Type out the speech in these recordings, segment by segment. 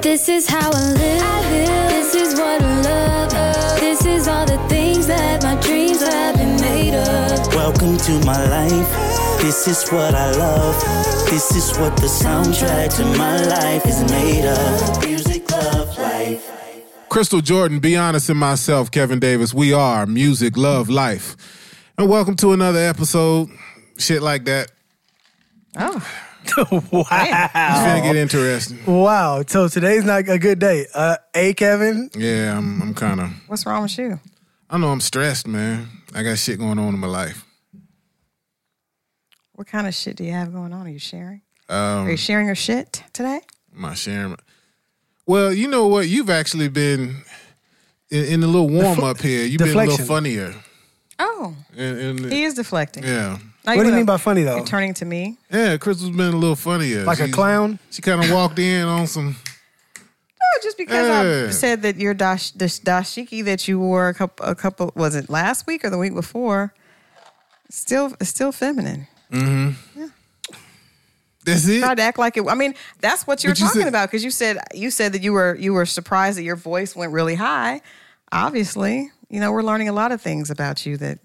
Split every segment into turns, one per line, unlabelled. This is how I live. This is what I love. This is all the things that my dreams have been made of.
Welcome to my life. This is what I love. This is what the soundtrack to my life is made of. Music, love, life.
Crystal Jordan, Be Honest in Myself, Kevin Davis. We are Music, Love, Life. And welcome to another episode. Shit like that.
Oh,
It's
Wow.
gonna get interesting.
Wow. So today's not a good day. Uh, a Kevin.
Yeah, I'm, I'm kind of,
what's wrong with you?
I know I'm stressed, man. I got shit going on in my life.
What kind of shit do you have going on? Are you sharing?
Um,
Are you sharing your shit today?
My sharing. Well, you know what? You've actually been in, in a little warm up here. You've been a little
deflection.
funnier.
Oh,
And, and-
he is deflecting.
yeah.
Now
What do you
wanna-
mean by funny though?
You're turning to me.
Yeah, Crystal's been a little funnier.
Like a
She-
clown?
She kind of walked in on some.
No, just because
Hey.
I said that your dash, this dashiki that you wore a couple, a couple, was it last week or the week before? Still, still feminine.
That's it.
Try to act like it. I mean, that's what you were
But you
talking
said-
about because you said you said that you were you were surprised that your voice went really high. Obviously, you know we're learning a lot of things about you that.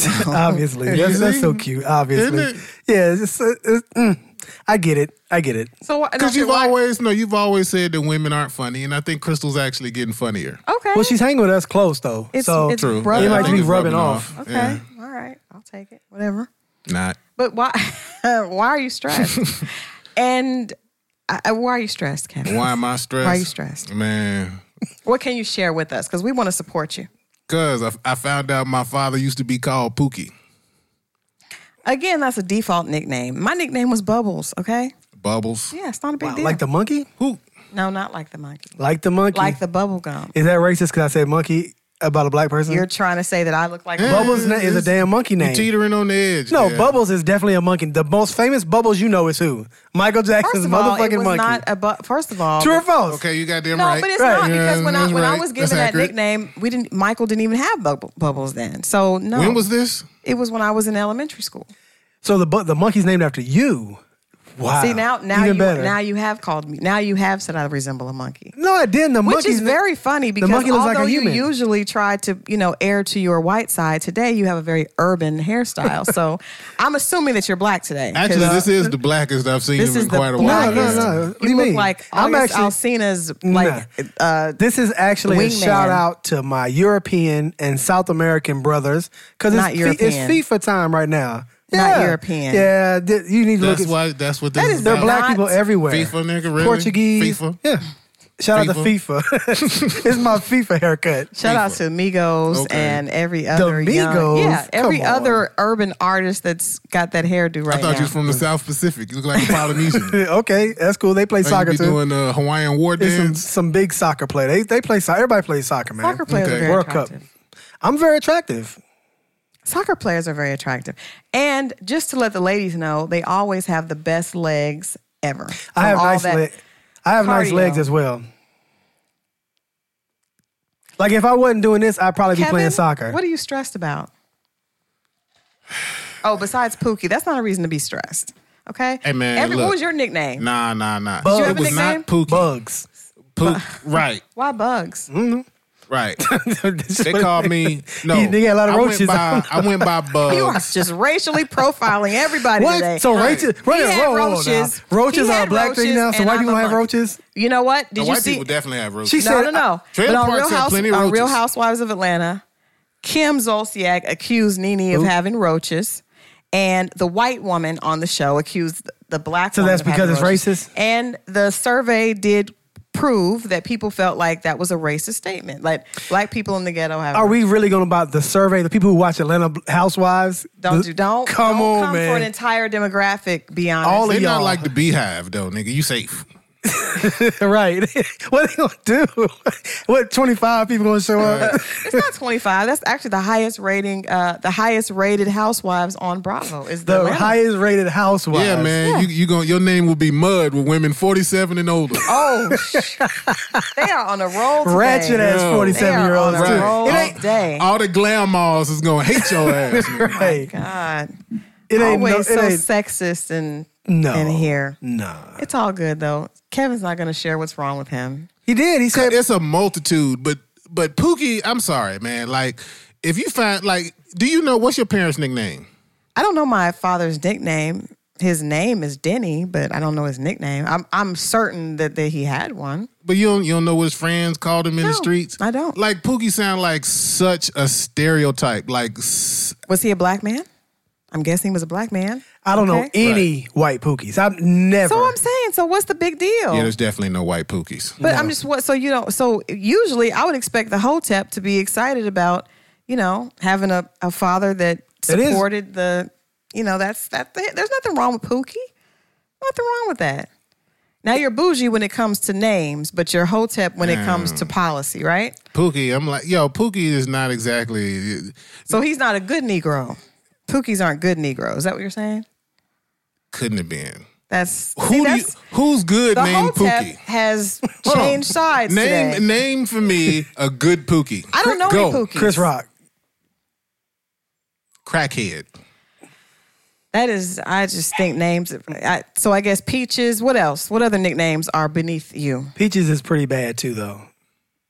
you know.
Obviously, that's, that's so cute. Obviously,
Isn't it?
yeah. It's just, uh, it's- mm. I get it. I get it.
so why-
Because
okay,
you've
why-
always no, you've always said that women aren't funny, and I think Crystal's actually getting funnier.
okay.
Well, she's hanging with us close though,
Eh. It's-
so
it's
True,
Rubbing
Yeah, I
off. It might
think
be
it's
rubbing off.
okay.
Yeah.
All right, I'll take it. Whatever.
Not.
But why? why are you stressed? and uh, why are you stressed, Kevin?
Why am I stressed?
Why are you stressed?
man?
What can you share with us? Because we want to support you.
Because I, I found out my father used to be called Pookie
Again, that's a default nickname. My nickname was Bubbles. Okay.
Bubbles.
Yeah, it's not a big deal.
like the monkey,
Who?
no, not like the monkey.
like the monkey.
Like the bubble gum.
Is that racist? Because I said monkey about a black person.
You're trying to say that I look like a bubble.
Bubbles na- is a damn monkey name.
Teetering on the edge.
No,
yeah.
Bubbles is definitely a monkey. The most famous Bubbles you know is who? Michael Jackson's
First of all,
motherfucking
it was
monkey.
not a bu- First of all,
True or false?
Okay, you got them
No,
right.
but it's
Right.
not because when I
Yeah,
when I
right.
was
That's
given that
accurate.
nickname, we didn't. Michael didn't even have bubble, bubbles then. So no.
When was this?
It was when I was in elementary school.
So the bu- the monkey's named after you. Wow.
See now now
Even
you
better.
now you have called me. Now you have said I resemble a monkey.
no, I didn't. The
Which
monkey's
is very funny because
monkey looks
although
like a
you
human.
usually try to, you know, air to your white side, today you have a very urban hairstyle. so I'm assuming that you're black today. 'cause
Actually, this is the blackest I've seen
this
him
is
in quite
the
a while.
blackest.
No, no, no. What do
You
you
look
mean?
like
I'm
August
actually-
Alsina's like uh,
This is actually a
Wingman.
shout out to my European and South American brothers because it's,
Not
fi- it's
European.
FIFA time right now.
Not
Yeah.
European.
Yeah, th- you need to
That's
look at.
why. That's what this
That
is.
is
there are
about.
black
Not
people everywhere.
FIFA nigga, really?
Portuguese.
FIFA?
Yeah. Shout out to
FIFA?
FIFA. it's my FIFA haircut.
Shout out to Migos
Okay.
and every other young-
Migos?
yeah, every
Come on.
other urban artist that's got that hairdo right
I thought
now.
you was from the South Pacific. You look like a Polynesian. Like
okay, that's cool. They play soccer
you be
too.
doing uh, Hawaiian war
There's some,
dance.
some big soccer play. They they play soccer. Everybody plays soccer, man.
Soccer players
Okay.
are very
World
attractive.
Cup. I'm very attractive.
Soccer players are very attractive, and just to let the ladies know, they always have the best legs ever.
I have
From all
nice
that-
leg. I have nice
cardio.
legs as well. Like if I wasn't doing this, I'd probably be
Kevin,
playing soccer.
What are you stressed about? Oh, besides Pookie, that's not a reason to be stressed. Okay,
Hey, man,
Every-
look.
what was your nickname?
Nah, nah, nah.
Bugs.
you
It
have a
was not
nickname?
Pookie.
Bugs.
Pook. Right,
Why bugs?
Mm.
right.
they
They called me. No,
He- they got a lot of
I
roaches.
Went by, I went by Bugs.
You are just racially profiling everybody
What?
today.
So roaches? Right,
He had
whoa, whoa, whoa, now.
roaches.
Roaches
He
are a
had
black thing
roaches,
now. So
and
white
I'm
people
a
have
monkey.
roaches.
You know what? Did
Now,
you
white
see?
people definitely have roaches.
She
no,
said-
no, no.
Trailer
But on
parks
Real,
have
House,
plenty of
on Real
roaches.
Housewives of Atlanta, Kim Zolciak accused Nene of having roaches, and the white woman on the show accused the black.
So
woman
that's
of having
because it's
roaches.
racist?
And the survey did prove that people felt like that was a racist statement. Like black people in the ghetto have.
Are we really going to about the survey? The people who watch Atlanta Housewives?
Don't
The-
you don't
Come
don't
on,
come
man.
for an entire demographic. Be honest.
All
They
of
not
y'all.
like the Beehive though, nigga. You safe?
right. what they going to do? what twenty five people going to show up?
It's not 25. That's actually the highest rating, uh, the highest rated Housewives on Bravo. Is
The
the, Atlanta.
highest rated housewives.
Yeah, man. You you going your name will be mud with women forty seven and older.
Oh, sh- they are on a roll. Today.
Ratchet ass
Yo.
forty
They
seven
are
year
on
olds
a
too.
roll
It ain't,
day.
All the glamors Oh is gonna hate your ass. nigga.
right.
God,
It ain't no,
always
it
so
ain't,
sexist and
No.
in here.
Nah.
It's all good though. Kevin's not going to share what's wrong with him.
He did. He said,
it's a multitude, but but Pookie, I'm sorry, man. Like, if you find like, do you know what's your parents' nickname?
I don't know my father's nickname. His name is Denny, but I don't know his nickname. I'm I'm certain that, that he had one.
But you don't you don't know what his friends called him in the
No,
streets.
I don't.
Like Pookie sound like such a stereotype. Like s-
Was he a black man? I'm guessing he was a black man.
I don't know
Okay.
any white pookies. I've never.
So I'm saying, so what's the big deal?
yeah, there's definitely no white Pookies.
but I'm just what so you don't so usually I would expect the Hotep to be excited about, you know, having a, a father that
It is.
supported the you know, that's that there's nothing wrong with Pookie. Nothing wrong with that. Now you're bougie when it comes to names, but you're Hotep when it comes
Mm.
to policy, right?
Pookie, I'm like, yo, Pookie is not exactly.
So he's not a good Negro. Pookies aren't good Negroes. Is that what you're saying?
Couldn't have been.
That's
Who
see,
do you,
that's-
who's good
the
named
Hotep
Pookie?
has
Hold on.
changed sides
Name
today.
name for me a good Pookie.
I don't know
Go.
any Pookies.
Chris Rock.
Crackhead.
That is, I just think names. I, so I guess peaches. What else? What other nicknames are beneath you?
Peaches is pretty bad too, though.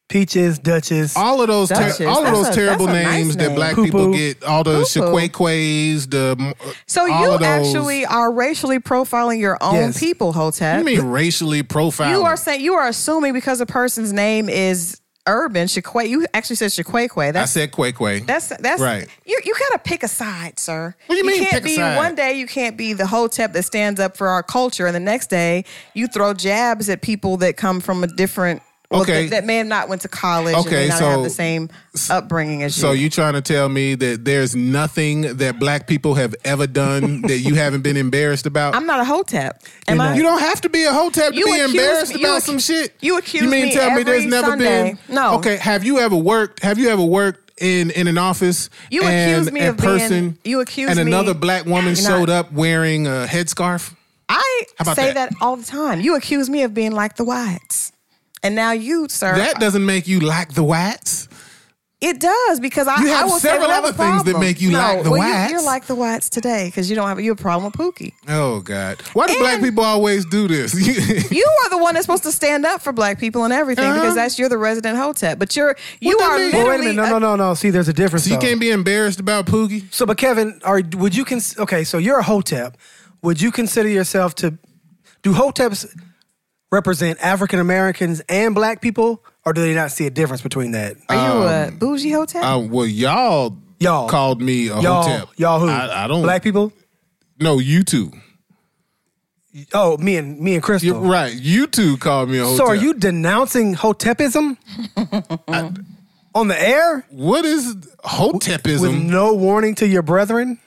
Peaches, Duchess.
All of those, ter-
That's just-
all of
that's
those
a-
terrible
that's a nice
names that
name.
black
Poo-poo.
people get. All the
Poo-poo.
Shaquaquays, the
So
all
you
of those-
actually are racially profiling your own
Yes.
people, Hotep.
You mean racially profiling?
You are saying you are assuming because a person's name is urban, Shaqua. You actually said Shaquaque.
I
That's
said Quakeway.
That's that's
Right.
You you gotta pick a side, sir.
What do you mean,
can't
pick a
be
side?
one day you can't be the hotep that stands up for our culture, and the next day you throw jabs at people that come from a different. well,
Okay.
that, that may have not went to college. and
Okay,
may not
so-
have the same upbringing as you.
So you trying to tell me that there's nothing that black people have ever done that you haven't been embarrassed about?
I'm not a hotep. Am
You're
I?
not.
you don't have to be a hotep to
You
be
accuse
embarrassed
me- you
about
accu-
some shit.
you accuse me every Sunday. No.
Okay. Have you ever worked? Have you ever worked in in an office?
You
and
accuse me
a
of being-
person,
you accuse
and
me-
another black woman
You're
showed
not.
up wearing a headscarf.
I
How about
say
that?
that? all the time. You accuse me of being like the whites, and now you, sir,
That doesn't make you like the whites.
It does because I,
You have
I will say
several
that I have a
other things that
problem.
make you
no,
like the
well,
whites.
You, are like the whites today because you don't have you have a problem with Pookie.
Oh God! Why do black
And-
people always do this?
You are the one that's supposed to stand up for black people and everything
Uh-huh.
because that's you're the resident hotep. But you're you
that
are
mean?
Well, wait a
literally
minute. No, no, no, no. See, there's a difference.
so you
though.
can't be embarrassed about Poogie.
So, but Kevin, are would you cons- okay? So you're a hotep. Would you consider yourself to do hoteps represent African Americans and Black people, or do they not see a difference between that?
a- are you a
Um,
bougie hotep?
Uh, well, y'all,
Y'all.
called me a
y'all,
hotel.
y'all who?
I, I don't.
Black people.
No, you two.
Oh, me and me and Crystal.
You're right. You two called me a hotel.
So are you denouncing hotepism on the air
What is hotepism?
with no warning to your brethren?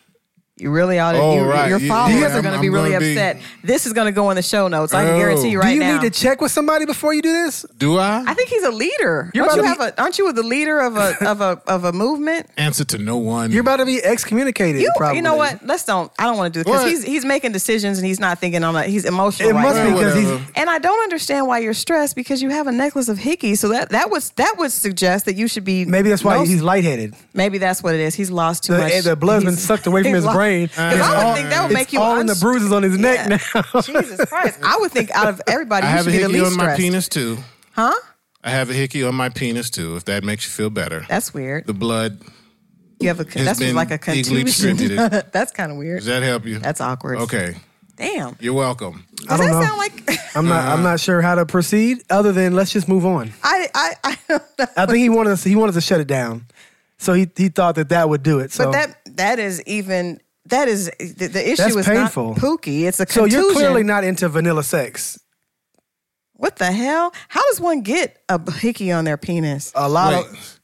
you really ought to.
oh,
you,
right.
Your
Yeah,
followers
yeah,
are going
I'm-
to be
I'm
really
gonna be-
upset. This is going to go in the show notes. I
Oh.
can guarantee you
Do
right
you
now.
need to check with somebody before you do this?
do I?
I think he's a leader.
You're
Don't you
about
have
to
a? Aren't you the leader of a of a of a movement?
Answer to no one.
You're about to be excommunicated.
You,
probably.
you know what? Let's don't. I don't want to do it because
What?
he's he's making decisions and he's not thinking on a. He's emotional.
It
right
must
now.
be because he's.
Whatever.
And I don't understand why you're stressed because you have a necklace of hickey. So that that would that would suggest that you should be
Maybe that's why
no-
he's lightheaded.
maybe that's what it is. He's lost too
The-
much.
the blood's been sucked away from his brain.
Because
It's
I would
all-
think that would
it's
make you
all in the
unst-
bruises on his neck now.
Jesus Christ! I would think out of everybody,
I
you
have
should
a
be the
hickey
least
on my
stressed.
penis too.
Huh?
I have a hickey on my penis too. If that makes you feel better,
That's weird.
the blood
You have a
has
that's
been
like a
equally
contusion.
distributed.
that's kind of weird.
Does that help you?
That's awkward.
okay.
Damn.
You're welcome.
I
Does
don't
that
know.
sound like?
I'm not. I'm not sure how to proceed. Other than let's just move on.
I I I don't know.
I think he wanted us. He wanted to shut it down. So he he thought that that would do it. So
But that that is even that is the, the issue
That's
is
painful.
not pookie. It's a
so
contusion.
you're clearly not into vanilla sex.
What the hell? How does one get a b- hickey on their penis?
A lot
Wait,
of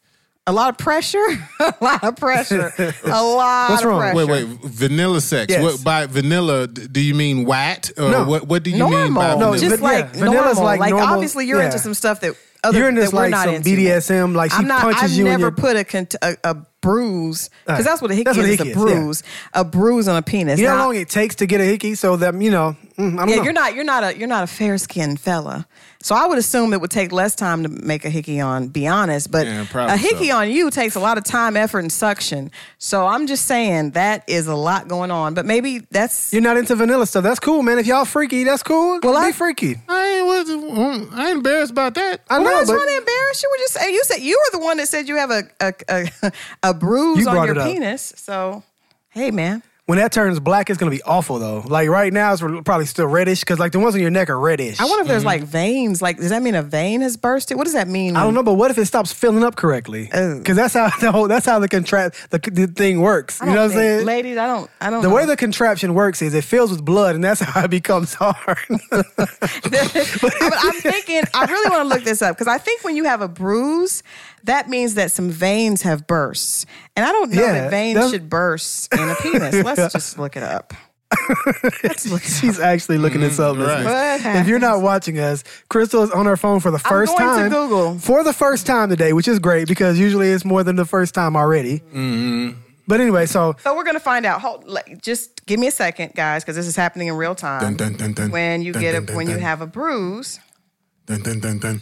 A lot of pressure. a lot of pressure. A lot
What's
of
wrong?
pressure.
wait, wait. Vanilla sex.
Yes.
What by vanilla? d- Do you mean whacked? Or
No.
What What do you mean by
normal.
No,
vanilla?
but
just
yeah,
like
vanilla's
normal.
like
Like,
normal-
obviously you're
yeah.
into some stuff that other
You're into
that we're
like
not
some
into.
BDSM, like she
I'm not,
punches
I've
you in
never
your-
put a, cont- a, a bruise because
Right.
that's what a hickey
That's what
is.
a
it's
hickey
a
is, yeah.
bruise, a bruise on a penis.
You know how
Now-
long it takes to get a hickey? So that you know, mm, I don't
yeah,
know.
you're not you're not a you're not a fair skinned fella. So I would assume it would take less time to make a hickey on. Be honest, but
Yeah, probably
a hickey
so.
on you takes a lot of time, effort, and suction. So I'm just saying that is a lot going on. But maybe that's
You're not into vanilla stuff. That's cool, man. If y'all freaky, that's cool. Well,
Well,
be
I-
freaky.
I ain't was I ain't embarrassed about that.
I
We're
know,
not
but
trying to embarrass you. We're just you said you were the one that said you have a a a, a bruise
You
on
brought
your
it up.
penis. So hey, man.
when that turns black, it's gonna be awful though. Like right now, it's probably still reddish because like the ones on your neck are reddish.
I wonder if there's like veins. Like, does that mean a vein has bursted? What does that mean?
I don't know, but what if it stops filling up correctly?
Oh.
Because that's how the whole that's how the contract the, the thing works.
I
You know
don't
what I'm
think-
saying?
ladies? I don't. I don't.
the
know.
way the contraption works is it fills with blood, and that's how it becomes hard.
but I'm thinking, I really want to look this up because I think when you have a bruise, that means that some veins have burst. And I don't know
Yeah,
that veins
that's-
should burst in a penis. Let's just look it up. Let's look it
She's actually looking this up. listeners.
What
If you're not watching us, Crystal is on her phone for the first
going to
time.
Google.
for the first time today, which is great because usually it's more than the first time already. Mm-hmm. But anyway, so
So we're gonna find out. Hold, like, just give me a second, guys, because this is happening in real time.
Dun, dun, dun, dun.
when you
Dun,
get
dun,
a,
dun,
when you
dun.
have a bruise,
Dun, dun, dun, dun.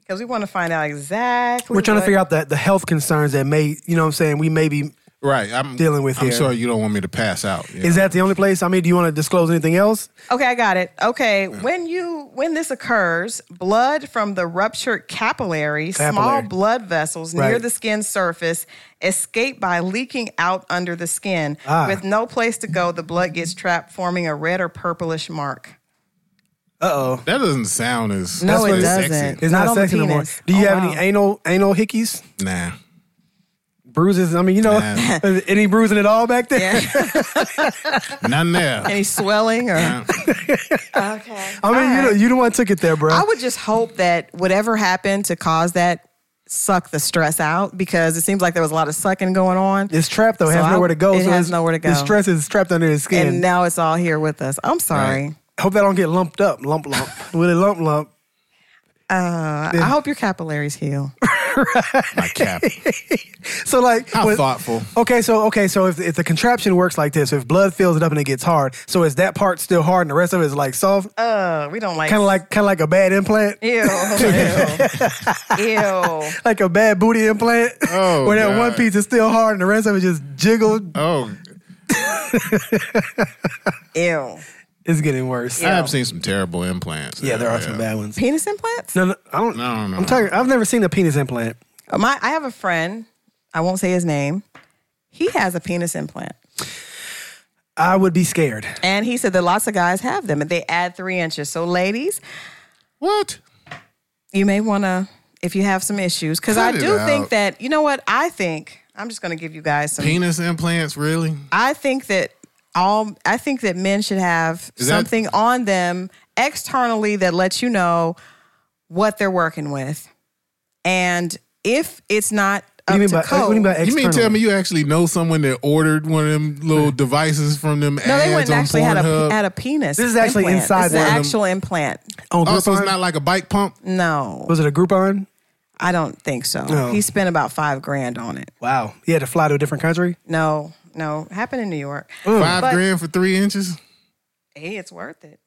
because we want to find out exactly.
we're trying to
what-
figure out the, the health concerns that may, you know what I'm saying, we may be.
Right, I'm
Dealing with
I'm
here.
sure you don't want me to pass out. you
Is that the only place? I mean, do you want to disclose anything else?
Okay, I got it. Okay, when you when this occurs, blood from the ruptured capillary, small
Capillary.
blood vessels near
Right.
the skin surface escape by leaking out under the skin.
Ah.
With no place to go, the blood gets trapped, forming a red or purplish mark.
Uh oh.
That doesn't sound as
No,
that's
Oh, it
what
doesn't.
It's
Not
not,
on the
sexy no more.
penis.
Do you
Oh,
have any
wow.
anal anal hickeys,
Nah.
bruises? I mean, you know,
Nah.
any bruising at all back there?
None there.
Any swelling or?
I mean, you know, you the one took it there, bro.
I would just hope that whatever happened to cause that suck the stress out because it seems like there was a lot of sucking going on.
It's trapped though. It
So
has
I-
nowhere to go.
it has
it's-
nowhere to go.
The stress is trapped under his skin.
and now it's all here with us. I'm sorry.
Right.
Hope that don't get lumped up. Lump lump. With a lump lump.
I hope your capillaries heal.
My cap.
So like
How
when-
thoughtful.
Okay, so okay, so if, if the contraption works like this, if blood fills it up and it gets hard, so is that part still hard and the rest of it is like soft?
Uh, we don't like
kind of like kind of like a bad implant.
ew, ew, ew.
Like a bad booty implant.
Oh,
where that
God.
one piece is still hard and the rest of it just jiggled.
Oh,
Ew.
It's getting worse.
I have seen some terrible implants.
Yeah, there are some bad ones.
Penis implants?
No, no, I don't.
No, no.
I'm talking. I've never seen a penis implant.
My, I have a friend. I won't say his name. He has a penis implant,
I would be scared.
and he said that lots of guys have them, and they add three inches. So, ladies,
What?
you may want to, if you have some issues, because I
Cut it
do think
out.
that you know what I think. I'm just going to give you guys some.
Penis implants? Really?
I think that all I think that men should have
Is that-
something on them externally that lets you know what they're working with. And if it's not
What do
up
you mean
to
by?
code,
What do you mean by
You mean
external?
tell me you actually know someone that ordered one of them little devices from them
no,
ads
they went and
on
actually had a
Pornhub?
had a penis.
This is actually
implant.
inside
This is an
one of them.
actual implant.
Oh,
oh, so it's
Groupon?
not like a bike pump?
Hmm. No,
Was it a Groupon?
I don't think so.
No.
He spent about five grand on it.
Wow. You had to fly to a different country? Mm.
No, no, happened in New York.
Five
But-
grand for three inches?
Hey, it's worth it.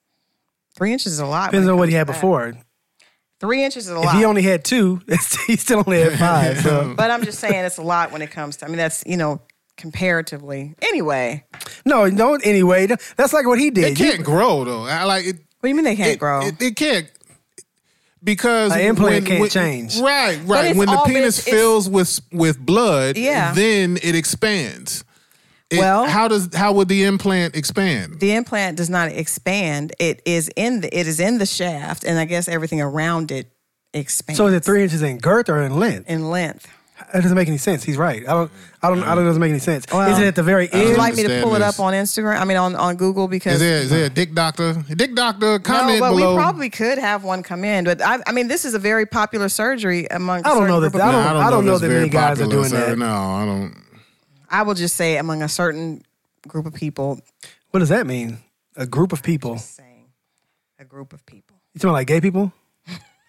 Three inches is a lot. when
Depends
it
on what
comes
he had
to that.
before.
Three inches is a
If
lot.
he only had two, it's- he still only had five. So.
But I'm just saying it's a lot when it comes to. I mean, that's you know comparatively. Anyway,
No, no, anyway. th- That's like what he
It
did. You-
can't grow though. I like it.
what do you mean they can't
it,
grow?
It, it can't because
An implant can't change.
Right, right.
it's
When the
all-
penis
it's- it's-
fills with with blood,
Yeah.
then it expands. It-
Well-
how does how would the implant expand?
the implant does not expand. It is in the it is in the shaft, and I guess everything around it expands.
so is it three inches in girth or in length?
in length?
That doesn't make any sense. He's right. I don't. I don't. I don't. It doesn't make any sense.
Well-
is it at the very
Would
end?
you like me to
understand
pull it
this.
up on Instagram? I mean, on on Google
Is
because.
there is there a dick doctor? Dick doctor,
no,
comment
but
below.
we probably could have one come in. But I, I mean, this is a very popular surgery among.
I don't
certain
know
group
that-
of
I
No,
don't- I don't
if
know
it's
that
very
many guys are
popular,
doing
so
that.
No, I don't.
I will just say among a certain group of people.
What does that mean? A group of people.
Saying a group of people.
You talking about like gay people?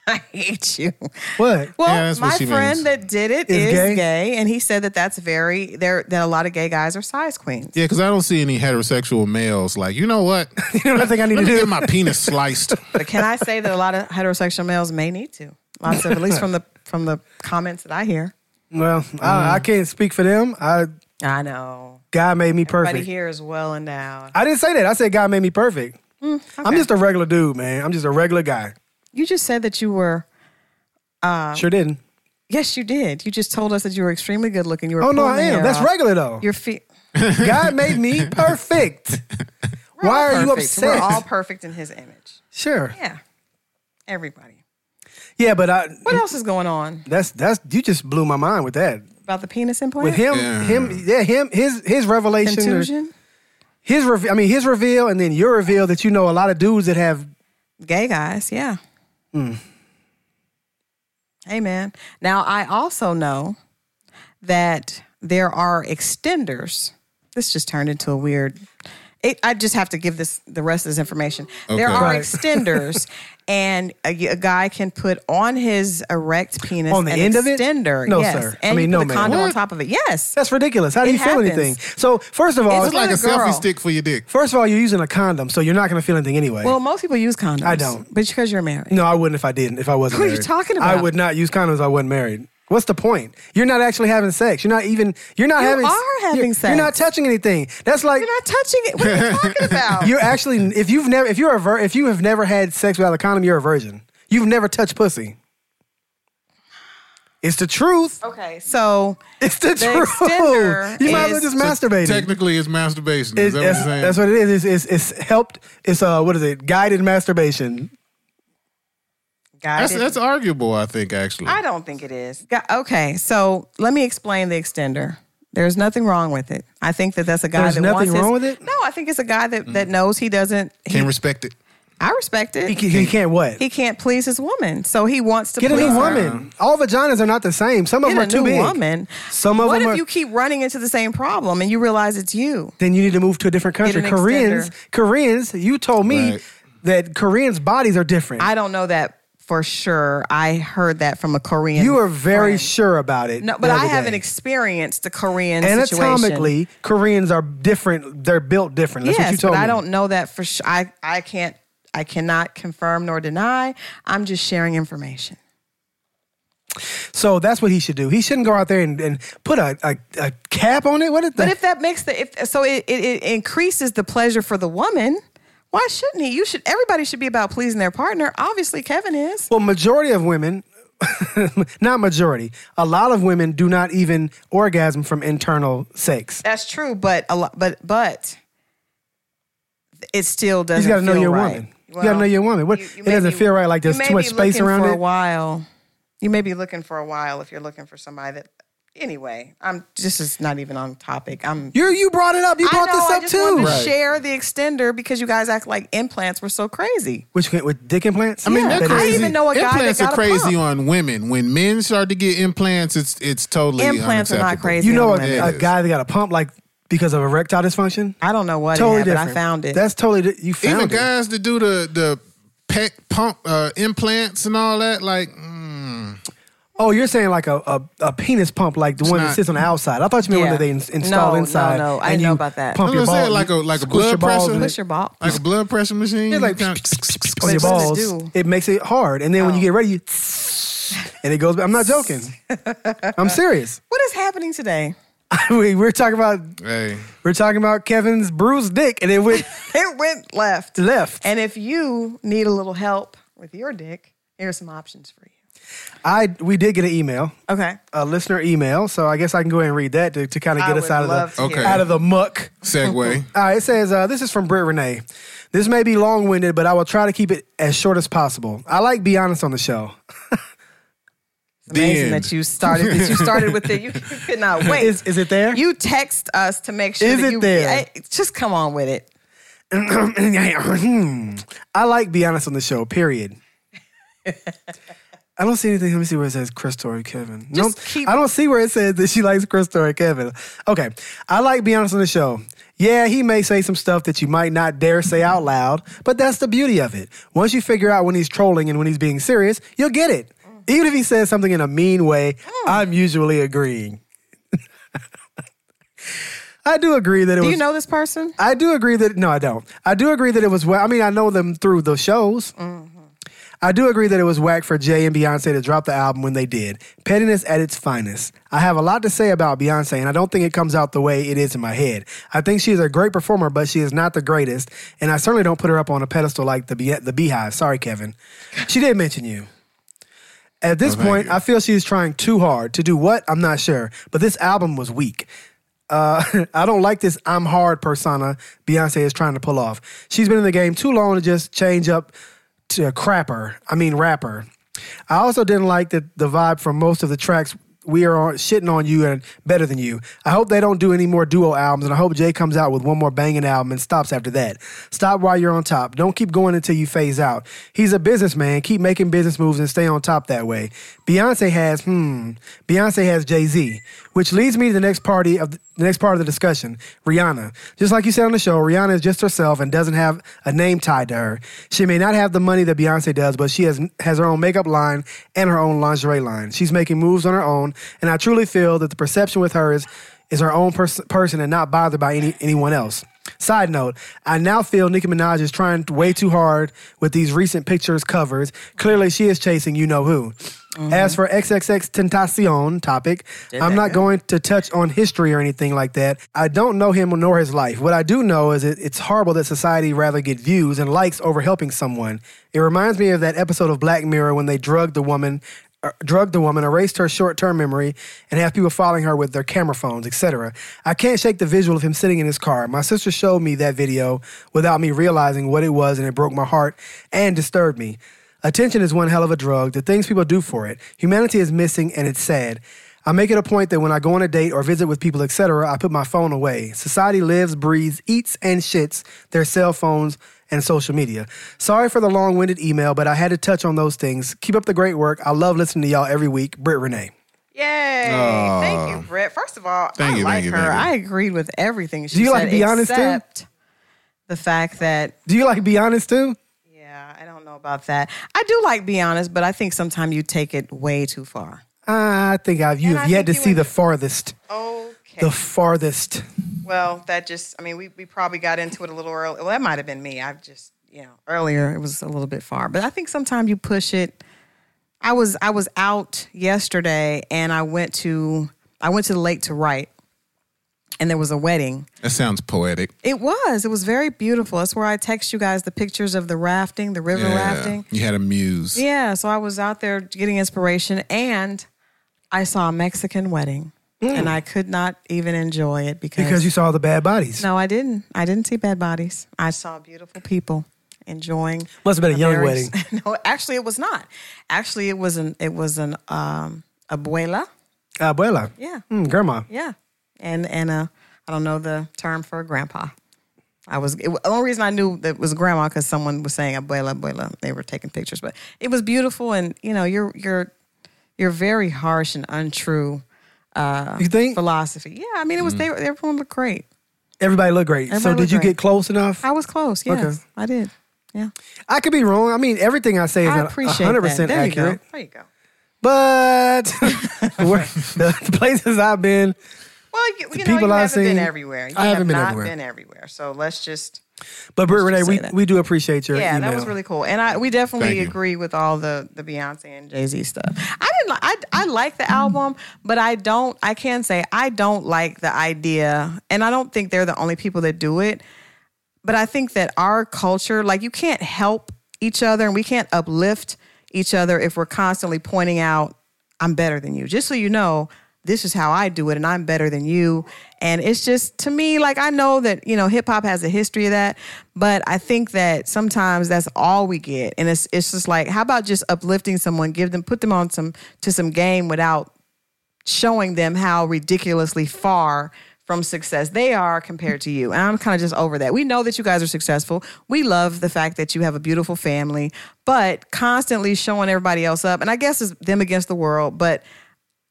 I hate you.
What?
Well,
Yeah, that's what
my
she
friend
means.
that did it
Is
is,
gay?
gay. and he said that that's very there that a lot of gay guys are size queens.
Yeah, because I don't see any heterosexual males like, you know what?
you know what I think I need
Let
to
me
do?
get my penis sliced.
But can I say that a lot of heterosexual males may need to? Lots of at least from the from the comments that I hear.
well, I, I
Mm-hmm.
can't speak for them. I
I know.
God made me
Everybody
perfect.
here is well endowed.
I didn't say that. I said God made me perfect.
Mm,
I'm just a regular dude, man. I'm just a regular guy.
You just said that you were.
sure didn't.
Yes, you did. You just told us that you were extremely good looking. You were.
Oh no,
pulling
I
the
am.
hair
That's
off.
regular though.
Your feet.
God made me perfect. Why are you
Perfect. We're
upset?
all perfect in His image.
sure.
Yeah. Everybody.
Yeah, but I.
What else is going on
That's that's you just blew my mind with that.
about the penis implant?
With him,
Yeah.
him, yeah, him, his his revelation, or
Contusion?
his reveal. I mean, his reveal, and then your reveal that you know a lot of dudes that have.
Gay guys, yeah.
Hmm.
Hey, man. Now, I also know that there are extenders. This just turned into a weird. It, I just have to give this the rest of this information. There
Okay.
are
Right.
extenders, and a, a guy can put on his erect penis
On the
an
end of it?
extender.
No,
yes.
sir. I
And
mean,
you
no,
put the
ma'am.
condom on
What?
top of it. Yes.
That's ridiculous. How do
It
you feel
happens.
anything? So first of all,
It's
It's like a
Good girl.
selfie stick for your dick.
first of all, you're using a condom, so you're not going to feel anything anyway.
well, most people use condoms.
I don't.
but because you're married.
No, I wouldn't if I didn't. If I wasn't.
What are you
married.
talking
I
about?
would not use condoms. if I wasn't married. What's the point? You're not actually having sex. You're not even. You're not
You
having.
are
you're-
having
You're not
sex.
touching anything. That's like.
You're not touching it. What are you talking about?
You're actually. If you've never. If you're a vir- If you have never had sex without a condom, you're a virgin. You've never touched pussy. It's the truth.
okay, so
It's the, truth.
extender
You might as well
is-
just
So
masturbate.
Technically, it's masturbation. Is that
It-
what
that's,
you're saying?
that's what it is. It's, it's, it's helped. It's uh, what is it? Guided masturbation.
that's,
guys,
that's arguable, I think, actually.
I don't think it is. Gu- Okay, so let me explain the extender. There's nothing wrong with it. I think that that's a guy
There's
that
nothing
wants his-
wrong with it?
No, I think it's a guy that, that knows he doesn't. He,
Can't respect it.
I respect it.
He, ca- he can't what?
He can't please his woman, so he wants to
Get a
please
new
her.
woman. All vaginas are not the same. Some of
Get
them
a
are too
new
big.
woman.
Some of
what
them
if
are-
you keep running into the same problem and you realize it's you?
Then you need to move to a different country.
an
Koreans, Koreans. You told me
Right.
that Koreans' bodies are different.
I don't know that for sure. I heard that from a Korean.
you were very
friend.
sure about it.
No, but
the
I
other
haven't
day.
experienced the Korean
Anatomically,
situation.
Koreans are different. They're built different. That's
yes,
what you told
but
me.
I don't know that for sure. I I can't. I cannot confirm nor deny. I'm just sharing information.
So that's what he should do. He shouldn't go out there and, and put a, a, a cap on it. What is
But
that?
if that makes the if so, it, it it increases the pleasure for the woman. Why shouldn't he? You should. Everybody should be about pleasing their partner. Obviously, Kevin is.
Well, majority of women, not majority, a lot of women do not even orgasm from internal sex.
That's true, but a lot, but but it still doesn't.
You just got to know
feel
your
right.
woman. you got to know your woman. What
you- you
it
may
doesn't
be-
feel right. Like
you
there's
may
too much
be
space
looking
around
for a
it.
while. You may be looking for a while if you're looking for somebody that. Anyway, I'm this is not even on topic. I'm.
You you brought it up. You brought
I know,
this
I
up
just
too.
wanted to share the extender because you guys act like implants were so crazy.
Which went with dick implants? I
I mean, they're
I
crazy.
even know a guy that
implants
got
are
a
crazy
pump.
on women. When men start to get implants, it's it's totally
Implants are not
unacceptable.
crazy.
You know
Yeah,
a,
it
a
is.
guy that got a pump like because of erectile dysfunction.
I don't know what
totally
it had,
different.
but I found it.
That's totally di- you found
Even
it.
guys that do the the pec pump uh, implants and all that, like mm,
Oh, you're saying like a, a, a penis pump, like the one that
not-
sits on the outside. I thought you meant
Yeah.
one that they in, install
No, no,
inside.
no. I
and
know
you
about that.
Pump
I'm
your
gonna say
balls,
it like a- like a
squish your
blood
balls
pressure.
in it.
push your ball.
like a blood pressure machine.
It's like
Kinda-
on your
What does it
balls.
do? Oh.
It makes it hard, and then when you get ready, you and it goes. back. I'm not joking. I'm serious.
What is happening today?
we we're talking about
hey,
we're talking about Kevin's bruised dick, and it went
It went left.
left.
And if you need a little help with your dick, here's some options for you.
I we did get an email,
Okay.
a listener email, so I guess I can go ahead and read that to, to kind of get
I
us
would
out of
love
the
to
Okay. hear
out of the muck.
segue.
All right, it says, uh, this is from Britt Renee. This may be long winded, but I will try to keep it as short as possible. I like be honest on the show.
It's amazing
The
that
end.
you started that you started with it. You could not wait.
Is- is it there?
You text us to make sure
Is
that
it
you
there?
I- just come on with it.
I like be honest on the show, period. I don't see anything. Let me see where it says Crystal or Kevin. Nope.
Just keep-
I don't see where it says that she likes Crystal or Kevin. Okay. I like Beyonce on the show. Yeah, he may say some stuff that you might not dare say out loud, but that's the beauty of it. Once you figure out when he's trolling and when he's being serious, you'll get it. Even if he says something in a mean way,
Hmm.
I'm usually agreeing. I do agree that it
Do
was.
you know this person?
I do agree that no, I don't. I do agree that it was. wha- I mean, I know them through the shows. I do agree that it was whack for Jay and Beyonce to drop the album when they did. Pettiness at its finest. I have a lot to say about Beyonce, and I don't think it comes out the way it is in my head. I think she is a great performer, but she is not the greatest, and I certainly don't put her up on a pedestal like the bee- the Beehive. Sorry, Kevin. She did mention you. At this
Oh, thank
point,
you.
I feel she is trying too hard to do what I'm not sure. But this album was weak. Uh, I don't like this I'm hard persona Beyonce is trying to pull off. She's been in the game too long to just change up to a crapper. I mean rapper. I also didn't like the, the vibe from most of the tracks we are on, shitting on you and better than you. I hope they don't do any more duo albums, and I hope Jay comes out with one more banging album and stops after that. Stop while you're on top. Don't keep going until you phase out. He's a businessman. Keep making business moves and stay on top that way. Beyonce has hmm. Beyonce has Jay Z, which leads me to the next party of the next part of the discussion. Rihanna, just like you said on the show, Rihanna is just herself and doesn't have a name tied to her. She may not have the money that Beyonce does, but she has has her own makeup line and her own lingerie line. She's making moves on her own, and I truly feel that the perception with her is is her own pers- person and not bothered by any anyone else. Side note, I now feel Nicki Minaj is trying way too hard with these recent pictures covers. Clearly, she is chasing you know who. As for XXX Tentacion topic, I'm not going to touch on history or anything like that. I don't know him nor his life. What I do know is it, it's horrible that society rather get views and likes over helping someone. It reminds me of that episode of Black Mirror when they drugged the woman uh, drugged the woman, erased her short-term memory, and have people following her with their camera phones, etc. I can't shake the visual of him sitting in his car. My sister showed me that video without me realizing what it was, and it broke my heart and disturbed me. Attention is one hell of a drug. The things people do for it, humanity is missing, and it's sad. I make it a point that when I go on a date or visit with people, etc., I put my phone away. Society lives, breathes, eats, and shits their cell phones and social media. Sorry for the long winded email, but I had to touch on those things. Keep up the great work. I love listening to y'all every week. Britt Renee.
Yay!
Oh.
thank you, Brett. First of all,
Thank
I
you, thank
like
you,
her.
thank you.
I agreed with everything she
Do you like
said,
Be Honest, too?
except the fact that
Do you like Be Honest too?
yeah, I don't know about that. I do like Be Honest, but I think sometimes you take it way too far.
I think I've you
And
have
I
yet
think
to
you
see
and-
the farthest.
Okay.
The farthest.
Well, that just, I mean, we, we probably got into it a little early. Well, that might have been me. I've just, you know, earlier it was a little bit far, but I think sometimes you push it. I was I was out yesterday and I went to I went to the lake to write and there was a wedding.
That sounds poetic.
It was. It was very beautiful. That's where I text you guys the pictures of the rafting, the river rafting.
You had a muse.
Yeah, so I was out there getting inspiration and I saw a Mexican wedding and I could not even enjoy it
Hmm. Because you saw the bad bodies.
no, I didn't. I didn't see bad bodies. I saw beautiful people enjoying.
Must have been a young
various- no, actually, it was not. Actually, it was an it was an um, abuela.
Abuela.
Yeah,
Mm, grandma.
yeah, and and uh, I don't know the term for grandpa. I was it, the only reason I knew that it was grandma because someone was saying abuela, abuela. They were taking pictures, but it was beautiful, and you know, you're you're you're very harsh and untrue uh,
You think Mm.
philosophy. Yeah, I mean, it was they they everyone looked great.
everybody looked great. so
Everybody
did you
looked great.
get close enough?
I was close. Yes,
Okay.
I did. Yeah.
I could be wrong. I mean, everything I say is
I
not
appreciate
100%
that. There You
accurate.
go. There you go.
But where- the the places I've been,
Well, you, you know,
people
you
I've
haven't
seen-
been everywhere. You
I haven't
have
been
not
everywhere.
Been everywhere. So let's just.
but Britt Renee, we,
say that.
we do appreciate your
Yeah, that
email.
was really cool, and I we
Thank
definitely
you.
agree with all the the Beyonce and Jay Z stuff. I didn't. Li- I I like the album, but I don't. I can say I don't like the idea, and I don't think they're the only people that do it. But I think that our culture, like you can't help each other, and we can't uplift each other if we're constantly pointing out, "I'm better than you." Just so you know. This is how I do it, and I'm better than you. And it's just to me, like I know that you know hip hop has a history of that, but I think that sometimes that's all we get, and it's it's just like, how about just uplifting someone, give them, put them on some to some game without showing them how ridiculously far from success they are compared to you. And I'm kind of just over that. We know that you guys are successful. We love the fact that you have a beautiful family, but constantly showing everybody else up. And I guess it's them against the world, but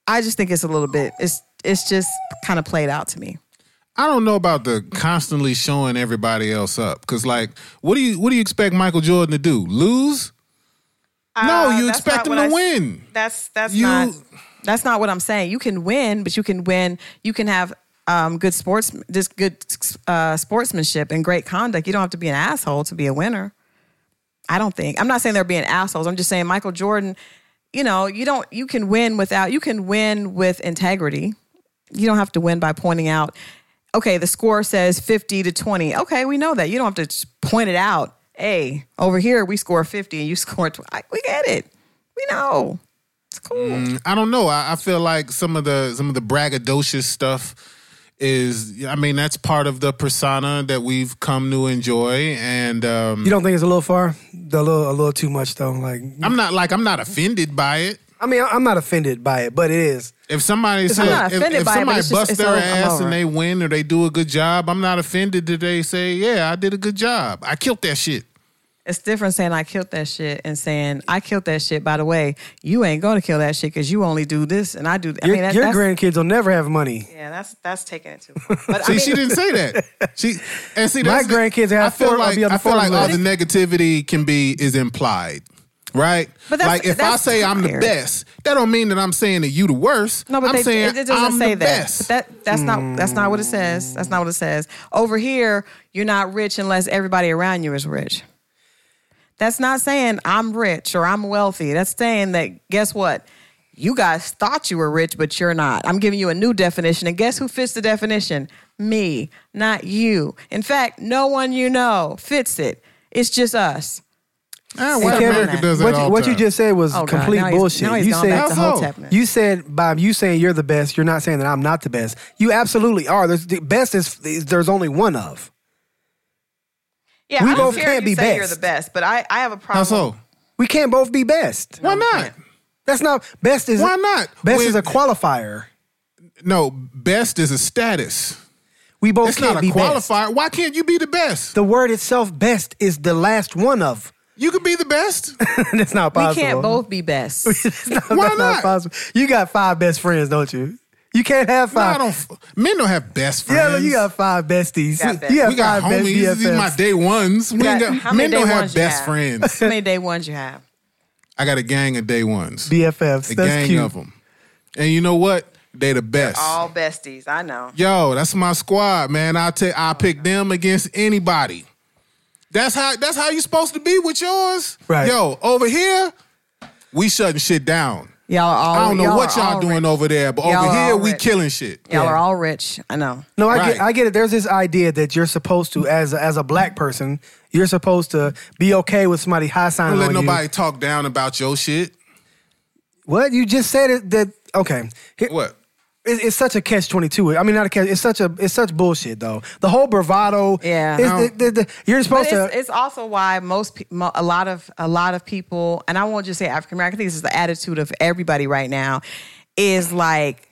I just think it's a little bit it's it's just kind of played out to me.
I don't know about the constantly showing everybody else up. Cause like, what do you what do you expect Michael Jordan to do? Lose? no, you
Uh, that's
expect
not
him
what
to
I s-
win.
That's that's
You-
not that's not what I'm saying. You can win, but you can win. You can have um, good sports, just good uh, sportsmanship and great conduct. You don't have to be an asshole to be a winner. I don't think. I'm not saying they're being assholes. I'm just saying Michael Jordan. You know, you don't. You can win without. You can win with integrity. You don't have to win by pointing out. Okay, the score says 50 to 20. Okay, we know that. You don't have to just point it out. Hey, over here we score 50 and you score 20. I- We get it. We know. It's cool.
Mm-hmm.
I don't know. I, I feel like some of the some of the braggadocious stuff is I mean, that's part of the persona that we've come to enjoy. And um
You don't think it's a little far? The little, a little too much though. Like,
I'm not like I'm not offended by it.
I mean, I'm not offended by it, but it is.
If somebody says
not
if,
offended
if
by it, but
somebody
it's just-
busts
it's
their
all- I'm
ass
over it.
and they win or they do a good job, I'm not offended that they say, Yeah, I did a good job. I killed that shit.
It's different saying I killed that shit and saying I killed that shit. By the way, you ain't gonna kill that shit because you only do this and I do. I
Your,
mean, that,
your
that's,
grandkids will never have money.
Yeah, that's that's taking it too. far. But
See,
I mean,
she didn't say that. She and see, that's
My grandkids have
I feel
four- I'll
like
be on the
I feel
fourth
like all the
list.
negativity can be is implied, right?
But that's-
like if I
that's
say I'm the
tired.
best, that don't mean that I'm saying that you the worst.
No, but
I'm
they,
saying
it, it doesn't
I'm
say
the
that.
best.
But that that's not that's not what it says. That's not what it says. Over here, you're not rich unless everybody around you is rich. That's not saying I'm rich or I'm wealthy. That's saying that guess what? You guys thought you were rich, but you're not. I'm giving you a new definition. And guess who fits the definition? Me, not you. In fact, no one you know fits it. It's just us.
Ah,
And
white
Kevin,
America does that
what, you-
all
what
the
you
time.
just said was
Oh, God.
complete
Now he's-
bullshit.
now he's
you
gone
said
back to
How so?
Hotep.
you said Bob, you saying you're the best. You're not saying that I'm not the best. You absolutely are. There's, the best is is- there's only one of.
Yeah,
We
I don't
both
care
can't
if
be
you say you're
best.
the best, but I, I have a
How
problem.
so?
We can't both be best.
Why not?
That's not best. Is
Why not?
Best
When-
is a qualifier.
No, best is a status.
We both
It's
can't
not a
be best.
qualifier. Why can't you be the best?
The word itself, best, is the last one of.
You could be the best.
That's not
We
possible.
can't both be best.
That's not,
Why
that's
not?
possible. You got five best friends, don't you? You can't have
Nah, I
five.
don't. f- Men don't have best
yeah,
friends.
look, you got five besties.
Got
You
besties.
got
we got
five best
homies. These are
BFFs.
my day ones. We ain't
got-
got-
how
men
many
don't
day
have
ones you
best
have?
friends.
How many day ones you have?
I got a gang of day ones.
BFFs.
a
That's
gang
cute.
of them. And you know what? They the best.
All besties, I know.
Yo, that's my squad, man. I take I pick them against anybody. That's how that's how you supposed to be with yours.
Right.
Yo, over here, we shutting shit down.
Y'all are all.
I don't know
Oh, y'all
what
are
y'all
all
doing
rich.
over there, but
Y'all
over
are
here
all
we
rich.
killing shit.
Y'all
Yeah.
are all rich. I know.
No, I
Right.
get, I get it. There's this idea that you're supposed to, as a, as a black person, you're supposed to be okay with somebody high signing
Don't let
on you.
nobody talk down about your shit.
What you just said it that okay. Here-
What?
It's, it's such a catch twenty two. I mean, not a catch. It's such a it's such bullshit though. The whole bravado.
Yeah.
it's-
No.
the- the- the- you're
But
supposed
it's,
to.
it's also why most pe- mo- a lot of a lot of people, and I won't just say African American. I think this is the attitude of everybody right now, is like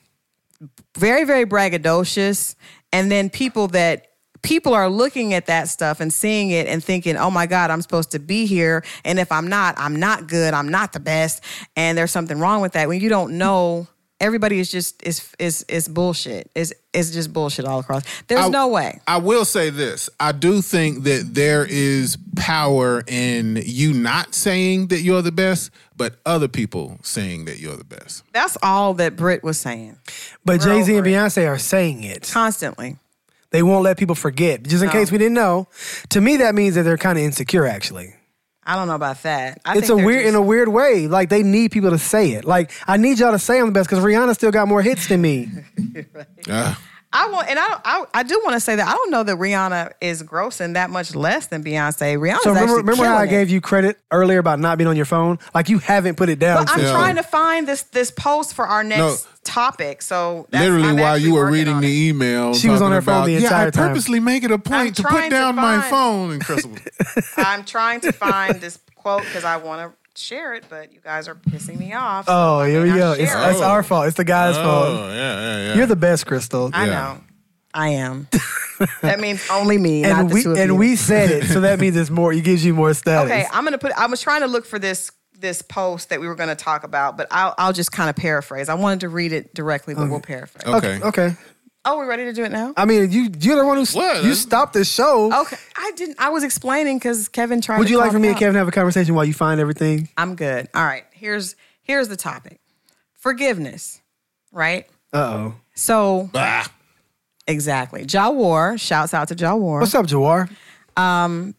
very very braggadocious, and then people that. People are looking at that stuff and seeing it and thinking, oh my God, I'm supposed to be here. And if I'm not, I'm not good. I'm not the best. And there's something wrong with that. When you don't know, everybody is just, is, is, is bullshit. Is is just bullshit all across. There's
I-
no way.
I will say this. I do think that there is power in you not saying that you're the best, but other people saying that you're the best.
That's all that Brit was saying
But
We're
Jay Z and
over it.
Beyonce are saying it.
constantly.
They won't let people forget. Just in case we didn't know, to me that means that they're kind of insecure. Actually,
I don't know about that. I
it's a
think they're
weird in
just-
a weird way. Like they need people to say it. Like I need y'all to say I'm the best because Rihanna still got more hits than me.
Ah.
I want, and I don't. I, I do want to say that I don't know that Rihanna is grossing that much less than Beyonce. Rihanna's
So remember,
actually
remember how I
killing it.
gave you credit earlier about not being on your phone? Like you haven't put it down.
But I'm
since-
Yeah.
trying to find this this post for our next
No.
topic. So that's,
Literally,
I'm
while
actually
you were
working
reading
on it.
the email,
She was on
talking
her phone
about,
the
yeah, I
entire time."
purposely make it a point to put
trying to
down my
find- Oh,
phone. And Crystal,
I'm trying to find this quote because I want to share it, but you guys are pissing me off. so
Oh,
I
here
may
we
not
go. It's,
share it.
it's our fault. It's the guy's fault.
yeah, yeah, yeah.
You're the best, Crystal.
I
Oh. Yeah.
know. I am. that means only me, not
And
the
we
two of
and
you.
we said it, so that means it's more. It gives you more status.
Okay, I'm gonna put. I was trying to look for this this post that we were going to talk about, but I'll, I'll just kind of paraphrase. I wanted to read it directly, but we'll paraphrase.
Okay.
Okay.
Oh, we're ready to do it now.
I mean, you you're the one who
What?
you stopped the show.
Okay, I didn't. I was explaining because Kevin tried.
Would
to
you like
call
for me and
out.
Kevin to have a conversation while you find everything?
I'm good. All right. Here's here's the topic. Forgiveness, right?
Uh oh.
So
Bah.
exactly. Jawar, shouts out to Jawar,
What's up, Jawar?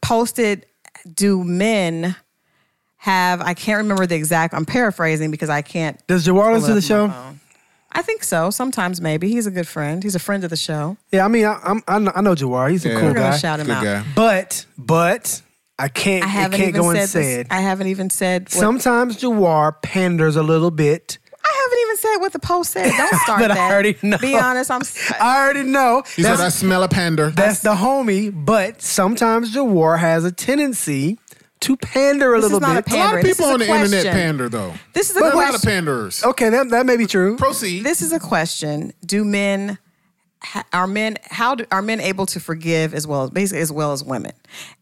posted do men have I can't remember the exact I'm paraphrasing because I can't
Does Jawar
pull
listen to the
it up
show?
on my phone. I think so. Sometimes maybe. He's a good friend. He's a friend of the show.
Yeah, I mean, I, I'm I know, I know Jawar. He's a
Yeah.
cool
We're gonna
guy.
shout him
Good
out.
guy.
But but I can't
I
I
haven't
can't
even
go
said
and say
this-
it.
I haven't even said what,
Sometimes Jawar panders a little bit.
I haven't even said what the post said. Don't start
But I
that.
already know. Uh,
Be honest, I'm
I already know.
He
that's,
said, I smell a pander.
that's the homie, but sometimes Jawar has a tendency to pander a
This is
little
not a
bit.
a lot
pandering.
of
This
people
is a
on the internet
question.
pander, though.
This is a
There are a lot of
question.
panders.
okay, that, that may be true.
Proceed.
This is a question. Do men ha- are men how do, are men able to forgive as well basically as well as women?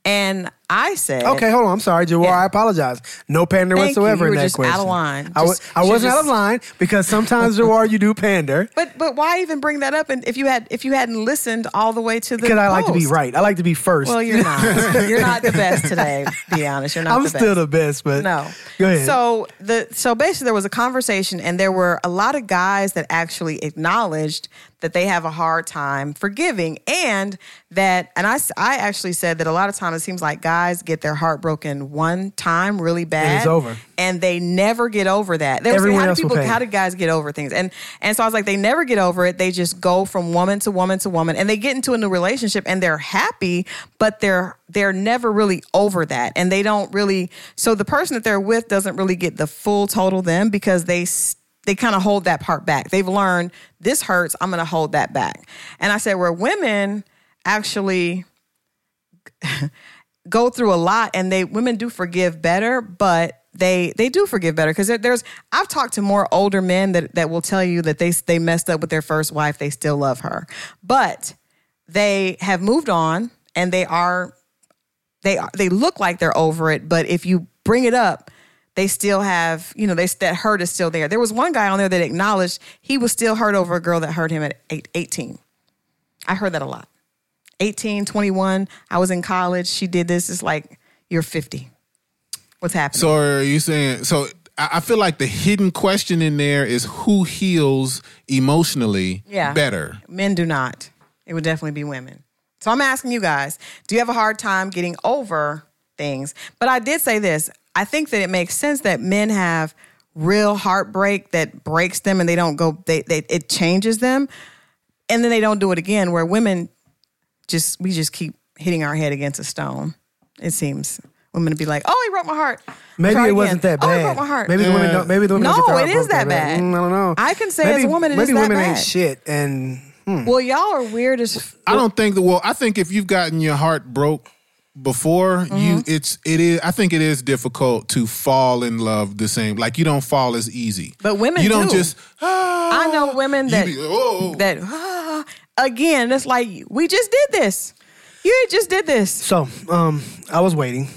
And I said
Okay, hold on. I'm sorry, Jawar. I apologize. No pander
Thank you.
whatsoever in
You were
that
just out
question.
of line.
I, was,
Just-
I
you
wasn't out of
just-
line because sometimes Jawar, you do pander.
But but why even bring that up? And if you had if you hadn't listened all the way to the
Because I like to be
post?
right. I like to be first.
Well, you're not. you're not the best today. Be honest. You're not.
I'm
the best.
still the best, but
No.
Go ahead.
So the so basically there was a conversation and there were a lot of guys that actually acknowledged that they have a hard time forgiving and that and I s- I actually said that a lot of times it seems like guys get their heart broken one time really bad
over.
and they never get over that. They were saying,
Everyone
how
else
do
will
people
pay.
how do guys get over things? And and so I was like they never get over it. They just go from woman to woman to woman and they get into a new relationship and they're happy, but they're they're never really over that and they don't really so the person that they're with doesn't really get the full total them because they s- they kind of hold that part back. They've learned this hurts, I'm going to hold that back. And I said where women actually go through a lot and they women do forgive better but they they do forgive better because there, there's i've talked to more older men that that will tell you that they they messed up with their first wife they still love her but they have moved on and they are they are they look like they're over it but if you bring it up they still have you know they that hurt is still there there was one guy on there that acknowledged he was still hurt over a girl that hurt him at eight, 18 i heard that a lot 18, 21. I was in college. She did this. It's like, you're 50. What's happening?
So are you saying so? I I feel like the hidden question in there is who heals emotionally
Yeah.
better.
Men do not. It would definitely be women. So I'm asking you guys do you have a hard time getting over things? But I did say this I think that it makes sense that men have real heartbreak that breaks them and they don't go, they, they, it changes them. And then they don't do it again, where women just, we just keep hitting our head against a stone. It seems women to be like, oh, he broke my heart.
Maybe
Try
it
again.
wasn't that
Oh,
bad.
he broke my heart.
Maybe the women don't. Maybe the women
No,
don't get their
it
heart
is
broken
that bad.
Mm, I don't know.
I can say
maybe,
as a woman, it
maybe
is that
women ain't
bad.
shit. And
Well, y'all are weird as f-
I don't think that. Well, I think if you've gotten your heart broke before, you
Mm-hmm.
it's it is. I think it is difficult to fall in love the same. Like you don't fall as easy.
But women
you don't
do.
just. "Ah."
I know women
You
that
be, "Oh."
that ah, again. It's like we just did this. You just did this.
so, um, I was waiting,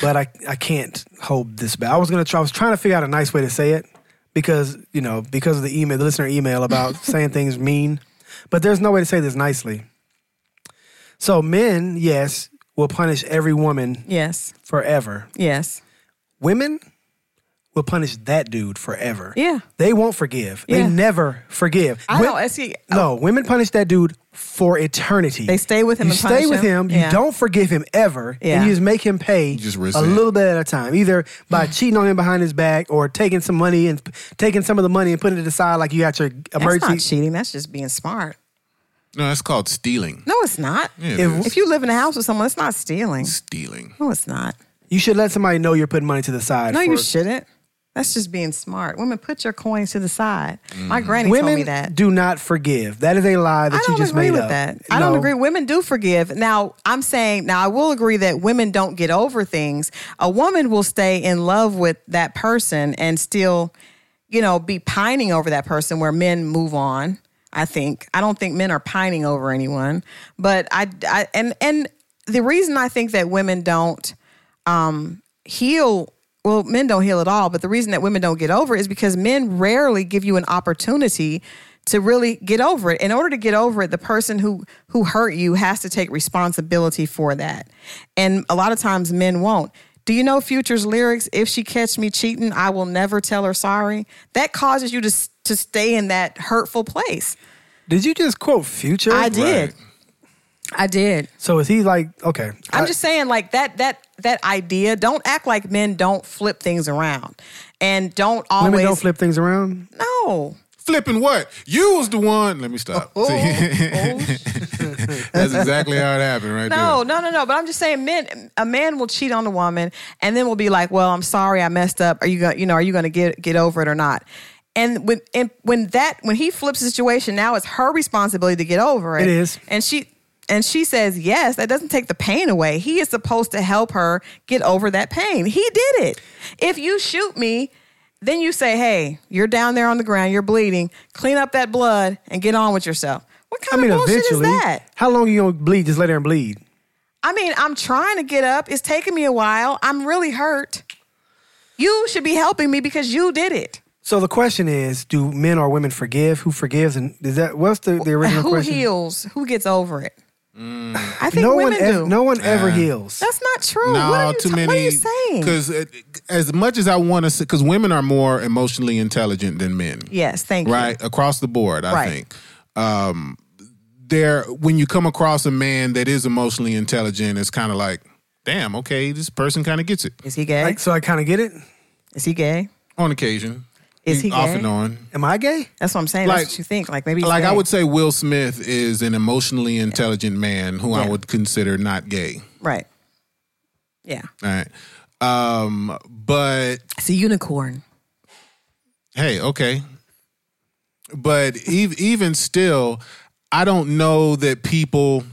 but I I can't hold this back. I was gonna try. I was trying to figure out a nice way to say it because you know because of the email, the listener email about saying things mean, but there's no way to say this nicely. So men, yes, will punish every woman
Yes.
forever.
Yes.
women will punish that dude forever.
Yeah.
They won't forgive.
Yeah.
They never forgive.
I
Wo-
know. I see.
no, women punish that dude for eternity.
They stay with him
You
and
stay
punish
with him.
him.
You
Yeah.
don't forgive him ever,
Yeah.
and you just make him pay
just
a
resent.
little bit at a time, either by cheating on him behind his back or taking some money and taking some of the money and putting it aside like you got your
That's
emergency.
not cheating. That's just being smart.
No, that's called stealing.
No, it's not.
It
If-
is
If you live in a house with someone, it's not stealing.
stealing.
No, it's not.
you should let somebody know you're putting money to the side.
No, you
for-
shouldn't. That's just being smart. Women, put your coins to the side.
Mm.
My granny told me
Women
that.
do not forgive. That is a lie that
I don't
you just
agree
made
with
up.
that. I don't
No.
agree. Women do forgive. Now, I'm saying, now I will agree that women don't get over things. A woman will stay in love with that person and still, you know, be pining over that person where men move on. I think. I don't think men are pining over anyone, but I, I and and the reason I think that women don't um, heal well men don't heal at all but the reason that women don't get over it is because men rarely give you an opportunity to really get over it in order to get over it the person who who hurt you has to take responsibility for that and a lot of times men won't do you know future's lyrics if she catch me cheating i will never tell her sorry that causes you to s- to stay in that hurtful place
Did you just quote Future?
i did i did
So is he like okay?
I'm
I-
just saying, like that that that idea. Don't act like men don't flip things around, and don't always.
women don't flip things around.
No.
Flipping what? You was the one. Let me stop.
Oh,
See,
oh.
that's exactly how it happened, right
no,
there.
no, no, no. But I'm just saying, men. A man will cheat on a woman, and then will be like, "Well, I'm sorry, I messed up. Are you going? to You know, are you going to get get over it or not?" And when and when that when he flips the situation, now it's her responsibility to get over it.
It is.
and she. And she says yes. That doesn't take the pain away. He is supposed to help her get over that pain. He did it. If you shoot me, then you say, "Hey, you're down there on the ground. You're bleeding. Clean up that blood and get on with yourself." What
I
kind
mean,
of bullshit
eventually.
is that?
How long you gonna bleed? Just lay there and bleed.
I mean, I'm trying to get up. It's taking me a while. I'm really hurt. You should be helping me because you did it.
So the question is, do men or women forgive? Who forgives? And is that what's the, the original
Who
question?
heals? Who gets over it?
Mm.
I think
No one,
women
ev-
do.
no one ever heals.
That's not true.
No,
what, are you
too
ta-
many.
what are you saying?
Because as much as I want to, because women are more emotionally intelligent than men.
yes, thank you.
right across the board i
Right.
think um there when you come across a man that is emotionally intelligent it's kind of like damn okay this person kind of gets it
Is he gay?
Like, so I kind of get it.
Is he gay?
on occasion
Is he
off
gay?
and on
Am I gay?
That's what I'm saying.
Like-
That's what you think. Like maybe. he's
like i
gay.
would say will smith is an emotionally intelligent man who i
Yeah.
would consider not gay
Right. Yeah.
all right um but
It's a unicorn.
hey, okay. But even even still, I don't know that people.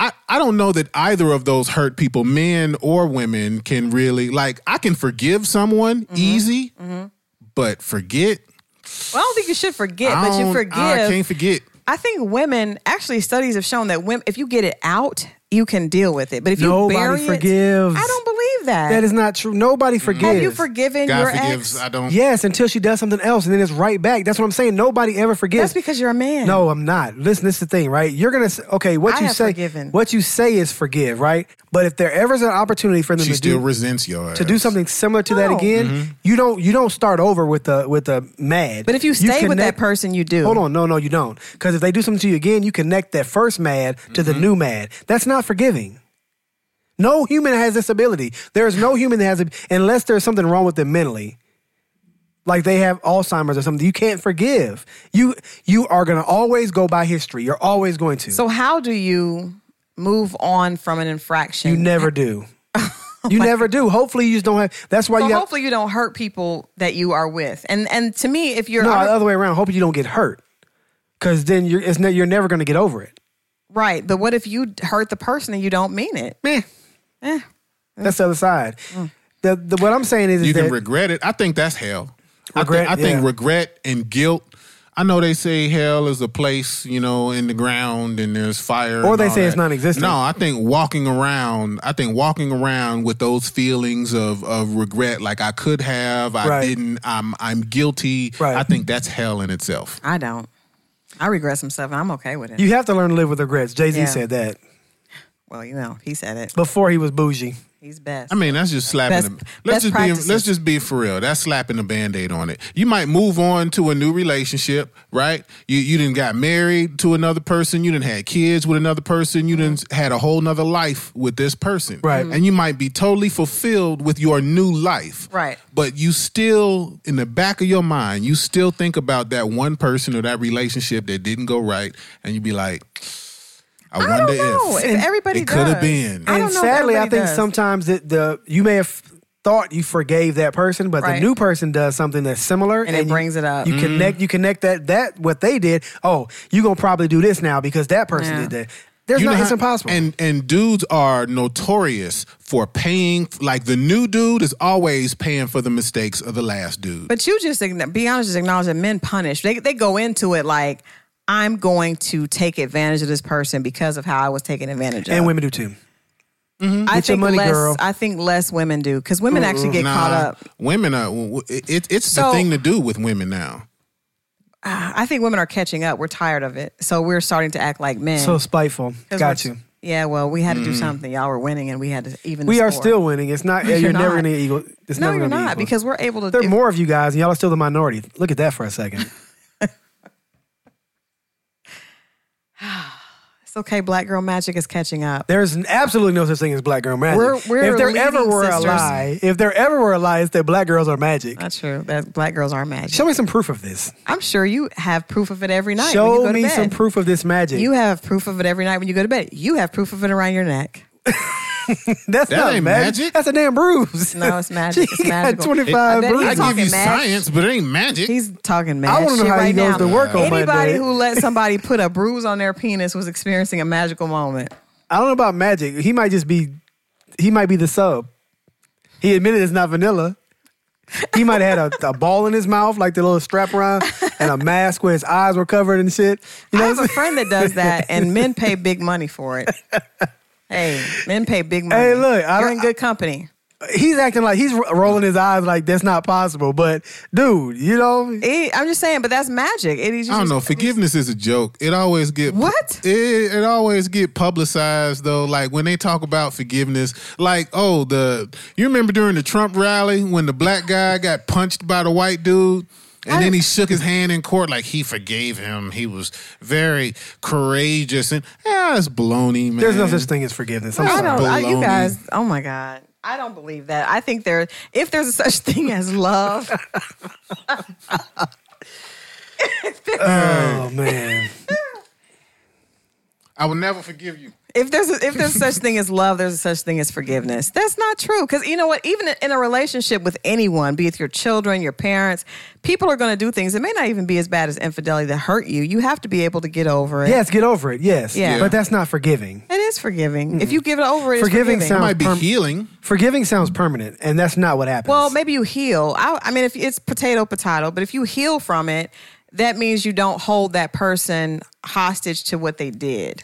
I, I don't know that either of those hurt people, men or women, can really like. I can forgive someone easy, but forget.
Well, I don't think you should forget,
I
but you
don't-
forgive.
I can't forget.
I think women actually studies have shown that women, if you get it out, you can deal with it. But if
Nobody
you bury
forgives.
it, I don't believe that.
That is not true. Nobody forgives.
have you forgiven
God
your
forgives.
ex?
I don't.
Yes, until she does something else, and then it's right back. That's what I'm saying. Nobody ever forgives.
That's because you're a man.
No, I'm not. Listen, this is the thing, right? You're gonna say, okay. What
I
you
have
say,
forgiven.
what you say is forgive, right? But if there ever's an opportunity for them
She
to
still
do,
resents your
to do
ass.
something similar to that
No.
again, you don't you don't start over with a with a mad.
But if you stay with that
connect-
person, you do.
Hold on, no, no, you don't. Because if they do something to you again, you connect that first mad to the new mad. That's not forgiving. No human has this ability. There is no human that has it unless there's something wrong with them mentally. Like they have Alzheimer's or something. You can't forgive. You you are gonna always go by history. You're always going to.
So how do you move on from an infraction?
you never do. you never do. Hopefully you just don't have that's why
Oh So
you have
hopefully you don't hurt people that you are with. And and to me, if you're
No,
on-
the other way around. Hoping you don't get hurt, because then you're it's ne- you're never going to get over it.
right, but what if you hurt the person and you don't mean it?
Meh. That's the other side.
Mm.
The, the what I'm saying is, is
you can
that
regret it. I think that's hell. I thi-
Regret,
I, think
yeah.
regret and guilt. I know they say hell is a place, you know, in the ground and there's fire.
Or
and
they
all
say it's
that.
non-existent.
No, I think walking around, I think walking around with those feelings of of regret, like I could have, I
Right.
didn't, I'm I'm guilty.
Right.
I think that's hell in itself.
I don't. I regret some stuff and I'm okay with it.
you have to learn to live with regrets. Jay Z
Yeah.
said that
well, you know, he said it.
before he was bougie.
He's best.
I mean, that's just slapping.
Best-
the,
best
let's just
practices.
be let's just be for real. That's slapping the band-aid on it. You might move on to a new relationship, right? You you didn't got married to another person. You didn't had kids with another person. You didn't had a whole nother life with this person,
Right. Mhm.
And you might be totally fulfilled with your new life,
Right.
But you still, in the back of your mind, you still think about that one person or that relationship that didn't go right, and you be like, I,
I
wonder
don't know if,
if
everybody
it could have
does.
been.
I don't
and
know if
sadly, I
everybody
think
does.
sometimes that the you may have thought you forgave that person, but
Right.
the new person does something that's similar,
And it
you-
brings it up.
Mm-hmm.
You connect, you connect that that what they did. Oh, you gonna probably do this now because that person
Yeah.
did that. There's not,
how-
it's impossible.
And and dudes are notorious for paying. Like the new dude is always paying for the mistakes of the last dude.
But you just ign- be honest, just acknowledge that men punish. They they go into it like I'm going to take advantage of this person because of how I was taken advantage of.
and women do too.
I
Get your
think
money,
less.
girl.
I think less women do because women actually get caught up.
Women are. w- w- It, it's the
So-
thing to do with women now.
I think women are catching up. We're tired of it, so we're starting to act like men.
So spiteful.
'Cause
Got
we're-
you.
Yeah, well, we had to do
Mm.
something. Y'all were winning, and we had to even. the
We are
score.
still winning. It's not. You're,
you're
never
not.
gonna equal. It's
No,
never
you're
gonna be
not
equal.
because we're able to.
there are
if-
more of you guys, and y'all are still the minority. Look at that for a second.
It's okay. Black girl magic is catching up.
There's absolutely no such thing as black girl magic.
We're- we're
if there ever
leading
were
sisters. Uh,
a lie, if there ever were a lie, it's that black girls are magic.
Not true. That black girls are magic.
Show me some proof of this.
I'm sure you have proof of it every night. when you go
Show
to
me
bed.
some proof of this magic.
You have proof of it every night when you go to bed. You have proof of it around your neck.
That
That's not
ain't
magic.
magic.
That's a damn bruise.
No, it's magic. It's
She got
magical.
25
I bet
bruises.
I give
he's uh, talking
you
mad.
science, but it ain't magic.
He's talking mad.
I wanna know
shit
how he
right
goes
now.
to work on
Anybody
Monday.
who let somebody put a bruise on their penis was experiencing a magical moment.
I don't know about magic. He might just be. He might be the sub. He admitted it's not vanilla. He might have had a, a ball in his mouth, like the little strap around, and a mask where his eyes were covered and shit. You
I
know
have
what I'm
a friend that does that, and men pay big money for it. Hey, men pay big money.
Hey, look, I
you're
don't-
in good company.
he's acting like he's ro- rolling his eyes like that's not possible. But dude, you know,
It- I'm just saying, but that's magic. It is.
I don't know. Forgiveness is a joke. It always get
What?
It, it always get publicized though. Like when they talk about forgiveness, like oh the you remember during the Trump rally when the black guy got punched by the white dude. And then he shook his hand in court like he forgave him. He was very courageous and yeah, it's baloney, man.
there's no such thing as forgiveness. I'm
I
sorry.
don't. I, you
Baloney.
guys. Oh my god. I don't believe that. I think there, if there's a such thing as love,
Oh man,
I will never forgive you.
if there's a, if there's such thing as love, there's a such thing as forgiveness. That's not true because you know what? Even in a relationship with anyone, be it your children, your parents, people are going to do things. It may not even be as bad as infidelity that hurt you. You have to be able to get over it.
yes, get over it. Yes,
Yeah.
but that's not forgiving.
it is forgiving. If you give it over, it's
Forgiving
forgiving.
It
sounds
might be
perm-
healing.
Forgiving sounds permanent, and that's not what happens.
Well, maybe you heal. I, I mean, if it's potato potato, but if you heal from it, that means you don't hold that person hostage to what they did.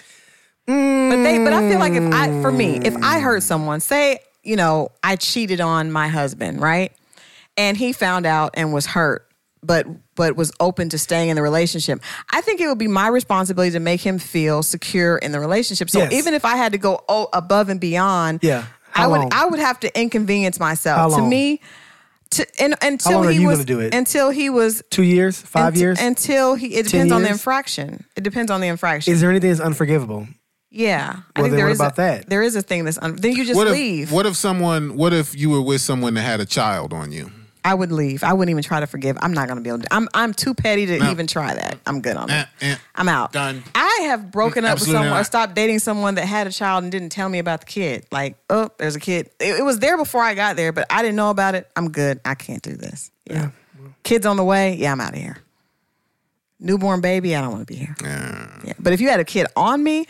But they, but I feel like if I, for me, if I hurt someone, say you know I cheated on my husband, right, and he found out and was hurt. But but was open to staying in the relationship. I think it would be my responsibility to make him feel secure in the relationship. So
Yes.
even if I had to go o- above and beyond,
Yeah.
I
How
would
long?
I would have to inconvenience myself.
How
To
long?
me, to, and, until
long are
he
you
was
gonna do it?
until he was
two years, five
unt-
years.
until he it
Ten
depends on the
years?
infraction. It depends on the infraction.
is there anything that's unforgivable?
yeah, I
Well, then what
is
about
a,
that?
There is a thing that's un, then you just
What
leave.
if what if someone what if you were with someone that had a child on you?
I would leave. I wouldn't even try to forgive. I'm not gonna be able. To, I'm I'm too petty to
No.
even try that. I'm good on that.
Eh, eh.
I'm out.
Done.
I have broken
Mm,
up with
absolutely
someone or
not.
stopped dating someone that had a child and didn't tell me about the kid. Like, oh, there's a kid. It, it was there before I got there, but I didn't know about it. I'm good. I can't do this. Yeah. Kids on the way. Yeah, I'm out of here. Newborn baby. I don't want to be here. Yeah. But if you had a kid on me,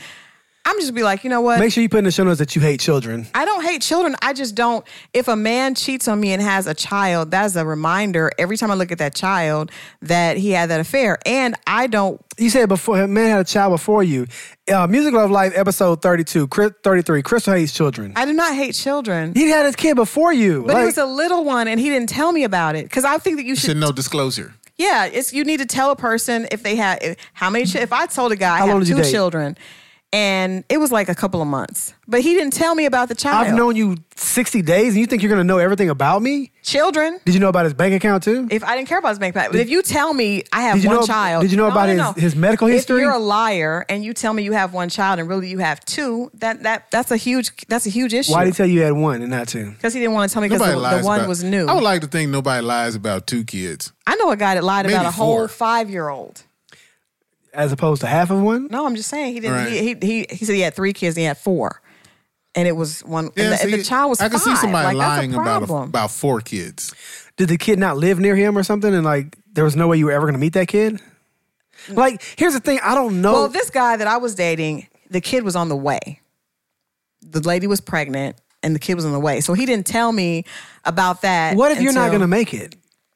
I'm just be like, you know what?
Make sure you put in the show notes that you hate children.
I don't hate children. I just don't. If a man cheats on me and has a child, that is a reminder every time I look at that child that he had that affair. And I don't.
You said before, man had a child before you. Uh, Music Love Life, episode 32, Chris, 33, Crystal hates children.
I do not hate children.
he had his kid before you.
But
Like,
he was a little one, and he didn't tell me about it because I think that you should.
Should no disclosure.
Yeah, it's you need to tell a person if they have if- how many. chi- If I told a guy
How
I
long did
have
you
two
date?
children, and it was like a couple of months, but he didn't tell me about the child.
I've known you 60 days and you think you're going to know everything about me?
children.
Did you know about his bank account too?
If I didn't care about his bank account, but if you tell me I have
Did you
one
know-
child,
did you know about his- his medical history?
If you're a liar and you tell me you have one child and really you have two, that that that's a huge that's a huge issue.
Why did he tell you you had one and not two?
Because he didn't want to tell me because
Nobody
the,
lies.
the one
about-
was new.
I would like to think nobody lies about two kids.
I know a guy that lied
Maybe
about a whole
four.
five year old.
As opposed to half of one?
No, I'm just saying he didn't.
Right.
He, he he he said he had three kids. and He had four, and it was one. and the,
Yeah,
and the
see,
child was.
I can see
five.
somebody
Like, that's a
lying about a-
problem.
about four kids.
Did the kid not live near him or something and like there was
Mm.
no way you were ever going to meet that kid? Like, here's the thing I don't know.
Well, this guy that I was dating, the kid was on the way. The lady was pregnant and the kid was on the way. So he didn't tell me about that.
What if you're not
until-
going to make it?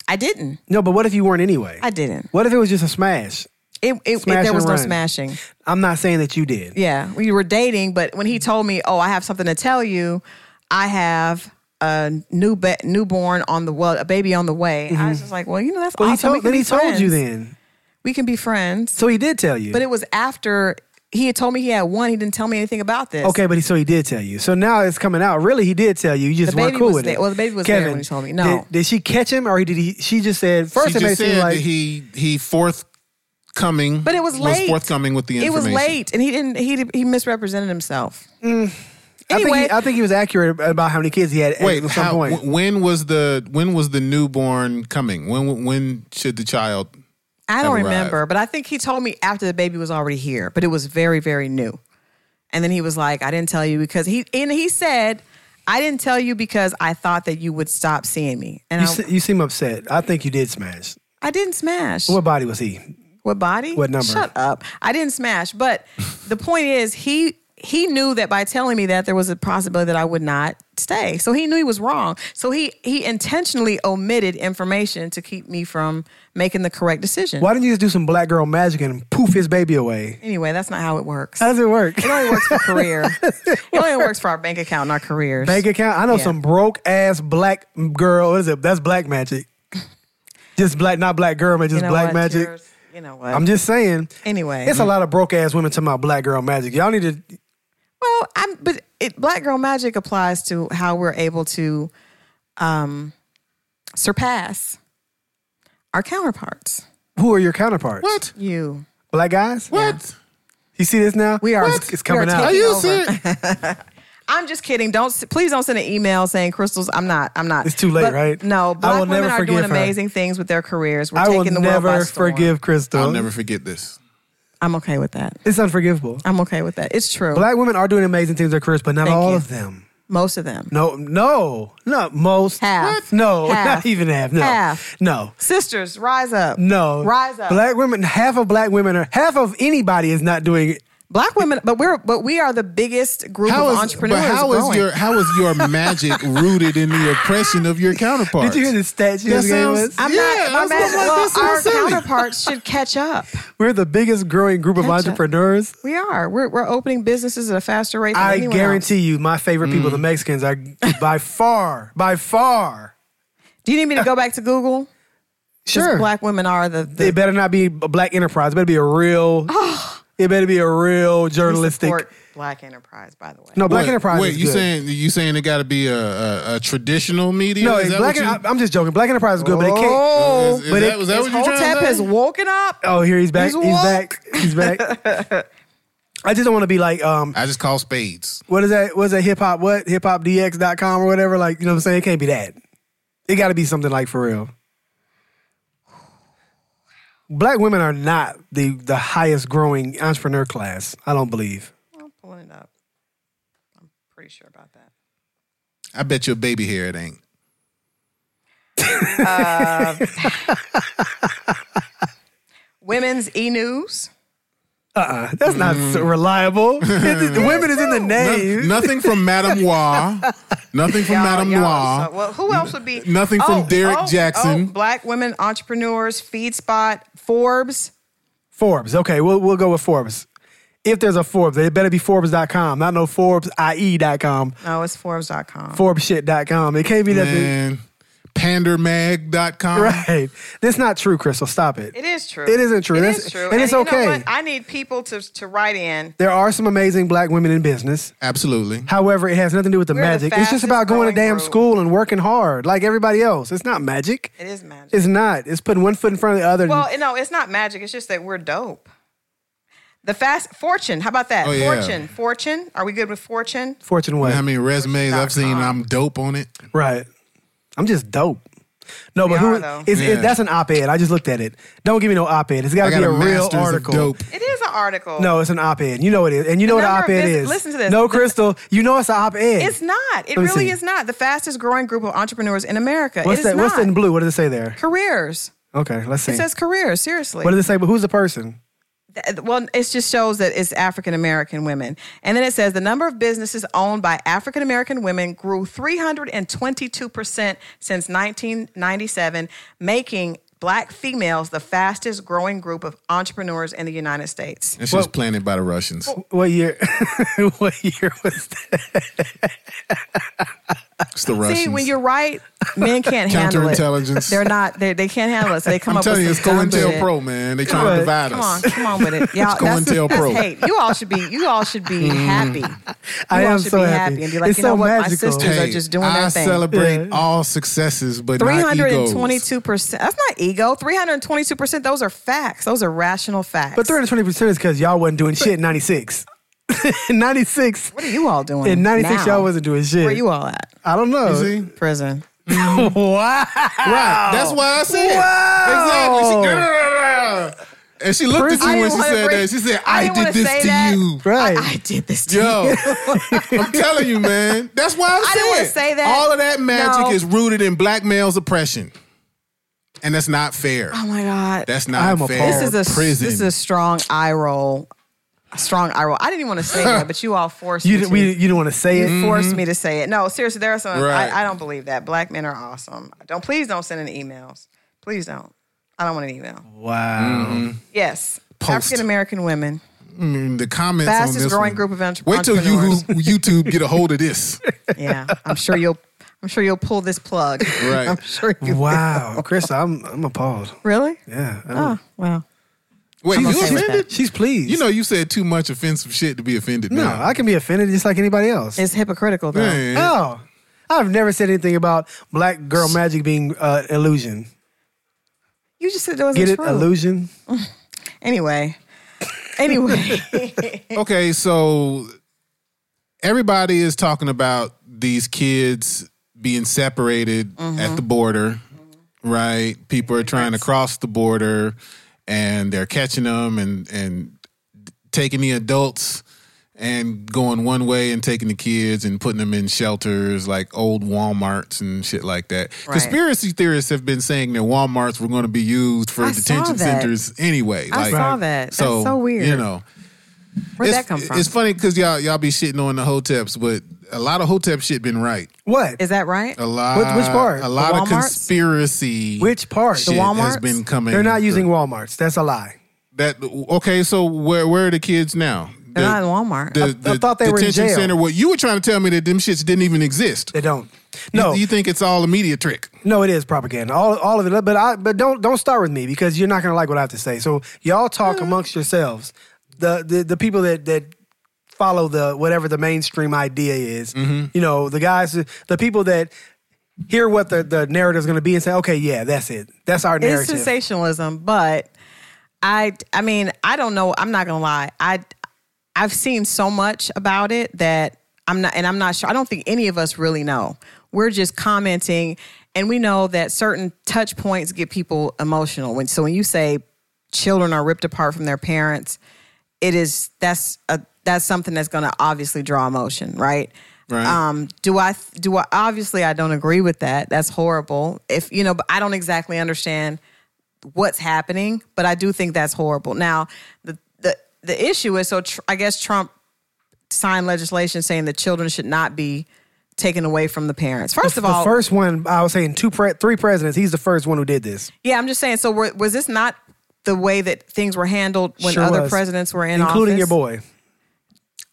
I didn't.
No, but what if you weren't anyway?
I didn't.
What if it was just a smash?
It, it, it-
Smash
there was
and
no
run.
smashing.
I'm not saying that you did.
Yeah, we were dating, but when he told me, "Oh, I have something to tell you. I have a new ba- newborn on the well, a baby on the way." I was just like, "Well, you know, that's
Mm-hmm. Well, he
awesome. we
told,
can
then
be
he told you
friends.
then.
we can be friends."
So he did tell you.
But it was after he had told me he had one. He didn't tell me anything about this.
okay, but he, so he did tell you. So now it's coming out. Really, he did tell you. You just
The
weren't
baby
cool
was
with
there-
it.
well, the baby was there
Kevin,
when he told me. No.
Did, did she catch him or he did he? She just said first.
she
it made it
just
seem
said
like
that he he forthcoming,
but it was late.
forthcoming with the
It was
information.
late, and he didn't. He he misrepresented himself.
I
Anyway,
think he, I think he was accurate about how many kids he had at-
Wait,
at some
how,
point.
wh- when was the when was the newborn coming? When when should the child?
I don't
arrived.
remember, but I think he told me after the baby was already here, but it was very, very new. And then he was like, I didn't tell you because he, and he said, I didn't tell you because I thought that you would stop seeing me. And
you,
I,
se- you seem upset. I think you did smash.
I didn't smash.
What body was he?
What body?
What number?
Shut up. I didn't smash. But the point is, he he knew that by telling me that there was a possibility that I would not stay. So he knew he was wrong. So he he intentionally omitted information to keep me from making the correct decision.
Why didn't you just do some black girl magic and poof his baby away?
Anyway, that's not how it works.
How does it work?
It only works for career. it only works for our bank account and our careers.
Bank account. I know
Yeah.
some broke ass black girl. What is it? That's black magic. Just black, not black girl, but just
You know
black
what?
magic.
Yours- You know what?
I'm just saying.
Anyway.
it's a lot of broke ass women talking about black girl magic. Y'all need to.
well, I'm but it, black girl magic applies to how we're able to um, surpass our counterparts.
Who are your counterparts?
What?
You,
Black guys?
What?
You see this now?
we are.
It's, it's coming
we are
out.
Are
taking
you
over.
serious?
I'm just kidding. Don't s- please don't send an email saying crystals. I'm not. I'm not.
It's too late,
But
right? I
No, black
will
women
never
are doing
forgive her.
amazing things with their careers. We're
I will
taking the world by
never
storm.
forgive Crystal.
I'll never forget this.
I'm okay with that.
It's unforgivable.
I'm okay with that. It's true.
Black women are doing amazing things in their careers, but not
Thank
all
you.
of them.
Most of them.
No, no, not most.
Half.
No,
Half.
not even half. No,
Half.
no,
Sisters, rise up.
no.
Rise up.
Black women. Half of black women are half of anybody is not doing it.
Black women, but we're but we are the biggest group
How
of
is but
entrepreneurs.
how is
growing.
your how is your magic rooted in the oppression of your counterpart?
Did you hear the stat she
That
just gave
sounds-
us?
I'm
Yeah,
not. My
that's
magic,
what-
well,
that's what I'm
our
saying.
counterparts should catch up.
We're the biggest growing group of
Catch up.
entrepreneurs.
We are. We're we're opening businesses at a faster rate. Than
I
anyone
guarantee you, my favorite people,
Mm.
the Mexicans, are by far, by far.
Else. Do you need me to go back to Google? 'Cause
Sure.
Black women are the, the
It better not be a black enterprise. It better be a real. it better be a real
we
journalistic.
support black enterprise. By the way,
No, black
Wait,
enterprise.
Wait,
is
you
good.
saying you saying it got to be a, a, a traditional media?
No,
is that
black.
what you-
I, I'm just joking. Black enterprise is good, but it can't.
Oh,
is, is
but
that,
it-
was that
this
what you
whole tap
trying to
has
say?
woken up.
Oh, here he's back.
He's
He's, back. He's back. I just don't want to be like um.
I just call spades.
What is that? What's that? Hip hop. What hip hop dx.com or whatever. Like you know what I'm saying. It can't be that. It got to be something like for real. Black women are not the the highest growing entrepreneur class. I don't believe.
I'm pulling it up. I'm pretty sure about that.
I bet your baby hair it ain't.
Women's e news.
Uh-uh. That's not so reliable. It- the women is in the name.
Mm-hmm. No- nothing from Madame Noir. Nothing from Madame
y'all-
Noir.
so- well, who else would be? Oh,
nothing from Derek Jackson.
black women entrepreneurs, FeedSpot, Forbes.
Forbes. Okay, we'll, we'll go with Forbes. If there's a Forbes, it better be Forbes.com, not no E ForbesIE.com,
No, it's Forbes.com.
ForbesShit.com. It can't be nothing.
and pandermag.com.
Right. That's not true, Crystal. Stop it.
It is true.
It isn't true.
It
That's-
is true.
and it's
you know
okay.
what? I need people to to write in.
There are some amazing black women in business.
Absolutely.
However, it has nothing to do with the
We're the
magic. it's just
fastest
about going to
growing
damn
group.
school and working hard like everybody else. It's not magic.
It is magic.
It's not. It's putting one foot in front of the other. and-
well, no, it's not magic. It's just that we're dope. The fast fortune. How about that?
Oh, yeah.
Fortune. Fortune. Are we good with fortune?
Fortune what?
How many resumes I've seen?
Fortune.com.
I'm dope on it.
Right. I'm just dope. No, but
are,
who?
though.
It's, it-
Yeah.
that's an op-ed. I just looked at it. Don't give me no op-ed. It's got
I
to
got
be
a
a real
master's
article.
of dope.
It is an article.
No, it's an op-ed. You know it is, and you know
The
what an
number of
op-ed
visit-
is.
listen to this.
No,
The-
Crystal, you know it's an op-ed.
it's not. It
Let me
really
see.
is not the fastest growing group of entrepreneurs in America.
What's
it is
that?
not.
What's that in blue? What does it say there?
Careers.
Okay, let's see.
It says careers. Seriously.
what does it say? But who's the person?
Uh, well, it just shows that it's African American women. And then it says the number of businesses owned by African American women grew 322% since 1997, making black females the fastest growing group of entrepreneurs in the United States.
It's just planted by the Russians.
What year? what year was that?
It's the Russians.
See, when you're right, men can't handle it.
Counterintelligence.
They're not. They, they can't handle it. So they come
I'm
up with
telling you, it's
some dumb shit.
COINTELPRO, man. They trying to
on,
divide
Come on,
us.
come on with it, y'all. that's,
COINTELPRO.
that's hate. You all should be. You all should be happy.
Mm.
You
I
all
am
should
so
be
happy.
and be like,
It's
you know
so
what,
magical.
my sisters are just doing
I
their thing.
celebrate
Yeah.
all successes, but
Three
not
hundred and
egos.
twenty-two percent. That's not ego. Three hundred and twenty-two percent. Those are facts. Those are rational facts.
But 320% is because y'all wasn't doing shit in 96. in 96.
what are you all doing?
In 96,
now?
y'all wasn't doing shit.
Where you all at?
I don't know.
See?
Prison.
wow.
Oh.
Right. That's why I said.
Wow.
Exactly. She, and she looked at
I
you
didn't
when she
wanna
said
bring-
that. She said,
I
I,
didn't wanna
did this
say
to
that.
you.
Right.
I did this. To you.
Yo, I'm telling you, man. That's why I'm
I didn't wanna say that.
All of that magic
No.
is rooted in black male's oppression, and that's not fair.
Oh my god.
That's not
I'm
fair.
appalled.
this is a
prison.
this is a strong eye roll. A strong eye roll. I didn't even want to say that, but you all forced
You
me
didn't,
to.
we, Mm-hmm. you didn't want to say it.
You Mm-hmm. forced me to say it. No, seriously, there are some.
Right.
I, I don't believe that. Black men are awesome. Don't please don't send any emails. Please don't. I don't want an email.
Oh. Wow.
Yes,
Post.
African American women,
Mm, the comments on
fastest
this
growing
one.
group of entre-
Wait till you
entrepreneurs.
YouTube get a hold of this.
yeah, I'm sure you'll. I'm sure you'll pull this plug.
Right.
I'm sure you
Wow. Chris, I'm, I'm appalled.
really.
Yeah. I'm-
Oh wow.
Wait, you
okay with
offended?
She's pleased.
You know, you said too much offensive shit to be offended.
no,
now.
I can be offended just like anybody else.
It's hypocritical though.
Man.
Oh, I've never said anything about black girl magic being uh, illusion.
You just said that wasn't
Get it?
true.
Illusion.
Anyway. Anyway.
okay, so everybody is talking about these kids being separated
Mm-hmm.
at the border, right? People are trying to cross the border and they're catching them and and taking the adults and going one way and taking the kids and putting them in shelters like old Walmarts and shit like that.
Right.
Conspiracy theorists have been saying that Walmarts were going to be used for
I saw
detention
that.
centers anyway.
I saw that. That's so weird.
You know,
Where'd
it's,
that come from?
It's funny because y'all y'all be shitting on the hoteps, but a lot of hotep shit been right.
What?
Is that right?
A lot.
Which- which part?
A lot
The
of
Walmarts?
conspiracy.
Which part?
Shit
The
has
Walmarts?
been coming.
They're not using
through.
Walmarts. That's a lie.
that. Okay, so where where are the kids now?
They're not in Walmart.
The,
I- I
the
thought they were in
detention
jail.
center. What you were trying to tell me that them shits didn't even exist.
They don't. No,
you, you think it's all a media trick?
no, it is propaganda. All, all of it. But I, but don't, don't start with me because you're not gonna like what I have to say. So y'all
Mm.
talk amongst yourselves. The, the, the people that that follow the whatever the mainstream idea is.
Mm-hmm.
You know, the guys, the people that hear what the the narrative is gonna be and say, okay, yeah, that's it. That's our narrative.
It's sensationalism, but I I mean, I don't know, I'm not going to lie. I I've seen so much about it that I'm not and I'm not sure. I don't think any of us really know. We're just commenting and we know that certain touch points get people emotional. When so when you say children are ripped apart from their parents, it is that's a that's something that's going to obviously draw emotion, right?
Right.
Um, do I do I obviously I don't agree with that. That's horrible. If you know, but I don't exactly understand what's happening, but I do think that's horrible. Now, the the the issue is so tr- I guess Trump signed legislation saying that children should not be taken away from the parents. First of all,
the first one, I was saying two, pre- three presidents. He's the first one who did this.
yeah, I'm just saying. So were, was this not the way that things were handled when
Sure
other
was.
presidents were in
including your boy.
office?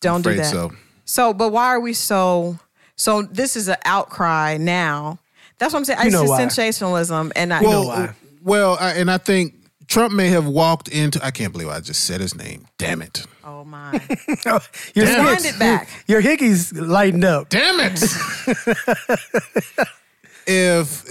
Don't do
Afraid
that.
so.
So, but why are we so? So this is an outcry now. That's what I'm saying. it's
know
just
why.
sensationalism, and I
Well,
why.
well, I, and I think Trump may have walked into. I can't believe I just said his name. Damn it!
oh my,
your
Rewind
hickeys-
it back.
Your hickey's lighting up.
Damn it! if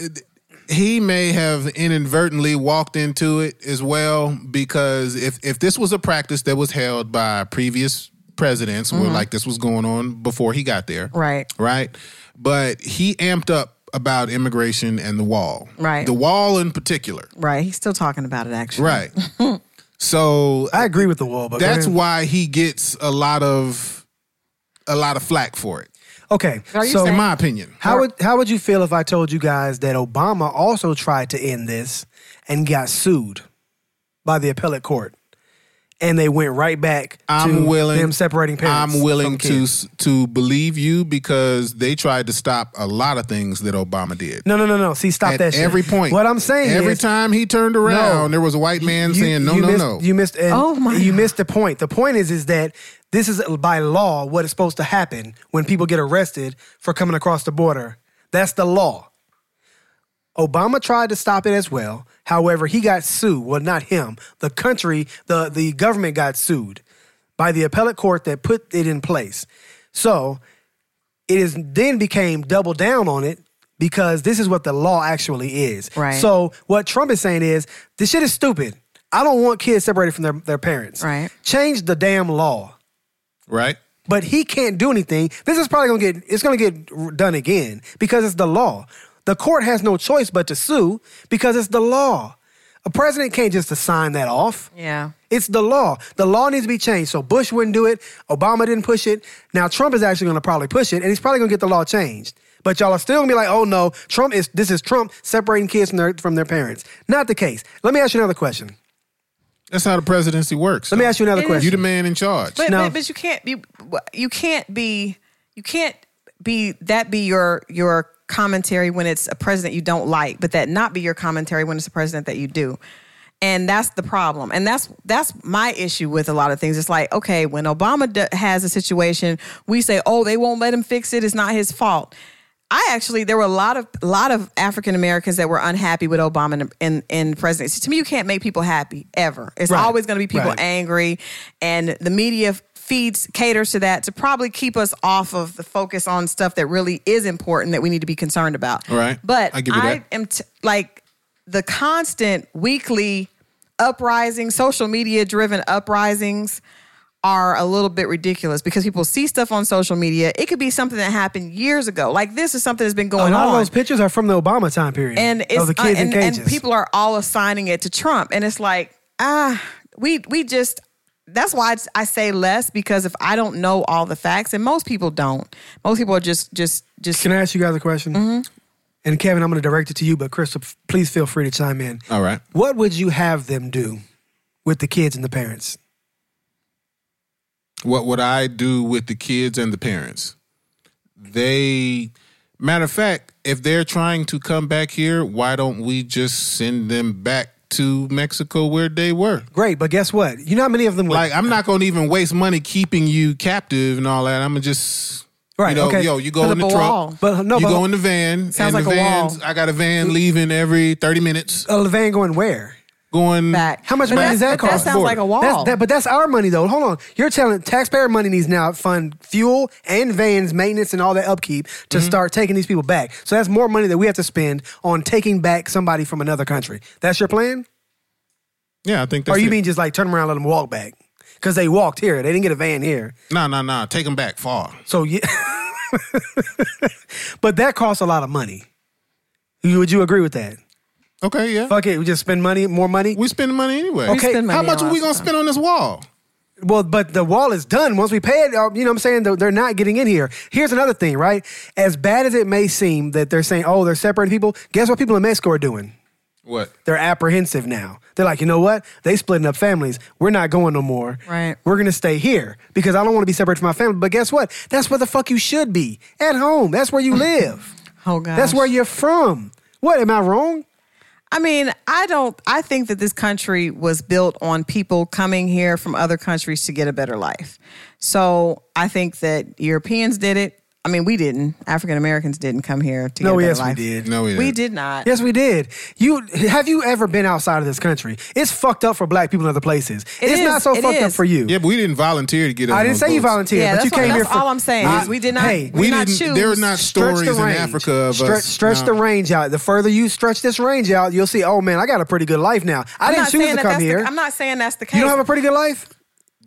he may have inadvertently walked into it as well, because if if this was a practice that was held by previous presidents, where like this was going on before he got there,
Right.
right, but he amped up about immigration and the wall,
Right.
the wall in particular,
right? He's still talking about it, actually.
right. so
I agree with the wall, but
that's
man.
why he gets a lot of a lot of flack for it,
okay.
Are you
so
in my opinion.
how would how would you feel if I told you guys that Obama also tried to end this and got sued by the appellate court? and they went right back
I'm
to
willing.
them separating parents.
I'm willing
from
to
kids.
s- to believe you because they tried to stop a lot of things that Obama did.
No, no, no, no. See, stop
At
that. shit.
every point.
What I'm saying
every
is,
time he turned around, there was a white man
you-
saying, "No,
you
no,
missed,
no."
You missed. And
Oh, my
You
God.
missed the point. The point is, is that this is by law what is supposed to happen when people get arrested for coming across the border. That's the law. Obama tried to stop it as well. However, he got sued. Well, not him. The country, the the government got sued by the appellate court that put it in place. So it is then became double down on it because this is what the law actually is.
Right.
So what Trump is saying is this shit is stupid. I don't want kids separated from their, their parents.
Right.
Change the damn law.
right?
But he can't do anything. This is probably gonna get it's gonna get done again because it's the law. The court has no choice but to sue because it's the law. A president can't just assign that off.
Yeah.
It's the law. The law needs to be changed. So Bush wouldn't do it. Obama didn't push it. Now Trump is actually going to probably push it, and he's probably going to get the law changed. But y'all are still going to be like, "Oh no, Trump is this is Trump separating kids from their from their parents." Not the case. Let me ask you another question.
That's how the presidency works.
Let me ask you another
It is-
question.
You the man in charge.
But,
No.
but but you can't be you can't be you can't be that be your your commentary when it's a president you don't like, but that not be your commentary when it's a president that you do. And that's the problem. And that's that's my issue with a lot of things. It's like, okay, when Obama d- has a situation, we say, "Oh, they won't let him fix it. It's not his fault." I actually there were a lot of a lot of African Americans that were unhappy with Obama in, in in presidency. To me, you can't make people happy ever. It's
Right.
always going to be people
Right.
angry angry and the media feeds caters to that to probably keep us off of the focus on stuff that really is important that we need to be concerned about
All right.
but
I
i,
give you that.
am t- like the constant weekly uprising social media driven uprisings are a little bit ridiculous because people see stuff on social media it could be something that happened years ago like this is something that's been
a
going
lot of
on
those pictures are from the Obama time period
and it's
of Oh, the kids
and,
in cages.
and people are all assigning it to Trump, and it's like ah, we we just that's why I- I say less because if I don't know all the facts, and most people don't, most people are just just just
Can I ask you guys a question?
Mm-hmm.
And Kevin, I'm going to direct it to you, but Crystal, f- please feel free to chime in.
All right.
What would you have them do with the kids and the parents?
what would I do with the kids and the parents? They, matter of fact, if they're trying to come back here, why don't we just send them back to Mexico where they were?
Great, but guess what? You know how many of them would.
Like, I'm not going to even waste money keeping you captive and all that. I'm going to just.
Right,
You know,
okay.
yo, you
Put
go in the
up a
truck.
wall.
But- no,
you
but-
go in the van.
Sounds
and the
like a wall.
vans, I got a van leaving every 30 minutes
a van uh, going where?
going
back.
um, How much
But
money does
that's-
that
but
cost?
That sounds like a wall.
That's, that, but that's our money though. Hold on, you're telling taxpayer money needs now fund fuel and vans maintenance and all that upkeep to
Mm-hmm.
start taking these people back. So that's more money that we have to spend on taking back somebody from another country. That's your plan,
Yeah, I think that's
or you
it.
mean just like turn them around, and let them walk back because they walked here, they didn't get a van here.
No, no, no. Take them back far.
So yeah, but that costs a lot of money. You- Would you agree with that?
Okay, yeah.
Fuck it, we just spend money, more money.
We spend money anyway.
Okay,
spend money
How much
on
are we going to
stuff.
spend on this wall?
Well, but the wall is done. Once we pay it, uh, you know what I'm saying? They're- They're not getting in here. Here's another thing, right? As bad as it may seem that they're saying, oh, they're separating people, guess what people in Mexico are doing?
What?
They're apprehensive now. They're like, you know what? They splitting up families. We're not going no more.
Right.
We're gonna stay here because I don't want to be separated from my family. But guess what? That's where the fuck you should be. At home. That's where you live.
Oh god,
That's where you're from. What? Am I wrong?
I mean, I don't. I think that this country was built on people coming here from other countries to get a better life. So I think that Europeans did it. I mean, we didn't. African Americans didn't come here to
No,
get a better
yes, we
life.
did.
No, we,
We
didn't.
did not.
Yes, we did. You have you ever been outside of this country? It's fucked up for black people in other places.
It
it's
is.
not so
It
fucked up
is.
for you.
Yeah, but we didn't volunteer to get. on
I didn't
those
say you
boats.
volunteer,
Yeah,
but
that's
you
what-
came here
that's
for.
all I'm saying is we did not-
Hey,
we
We
did not
didn't.
choose.
There are not
stretch
stories
the
in
range.
Africa of
stretch,
us.
Stretch
no.
the range out. The further you stretch this range out, you'll see. Oh man, I got a pretty good life now. I
I'm
didn't
not
choose
saying
to
that
come
that's the-
here.
I'm not saying that's the case.
you don't have a pretty good life.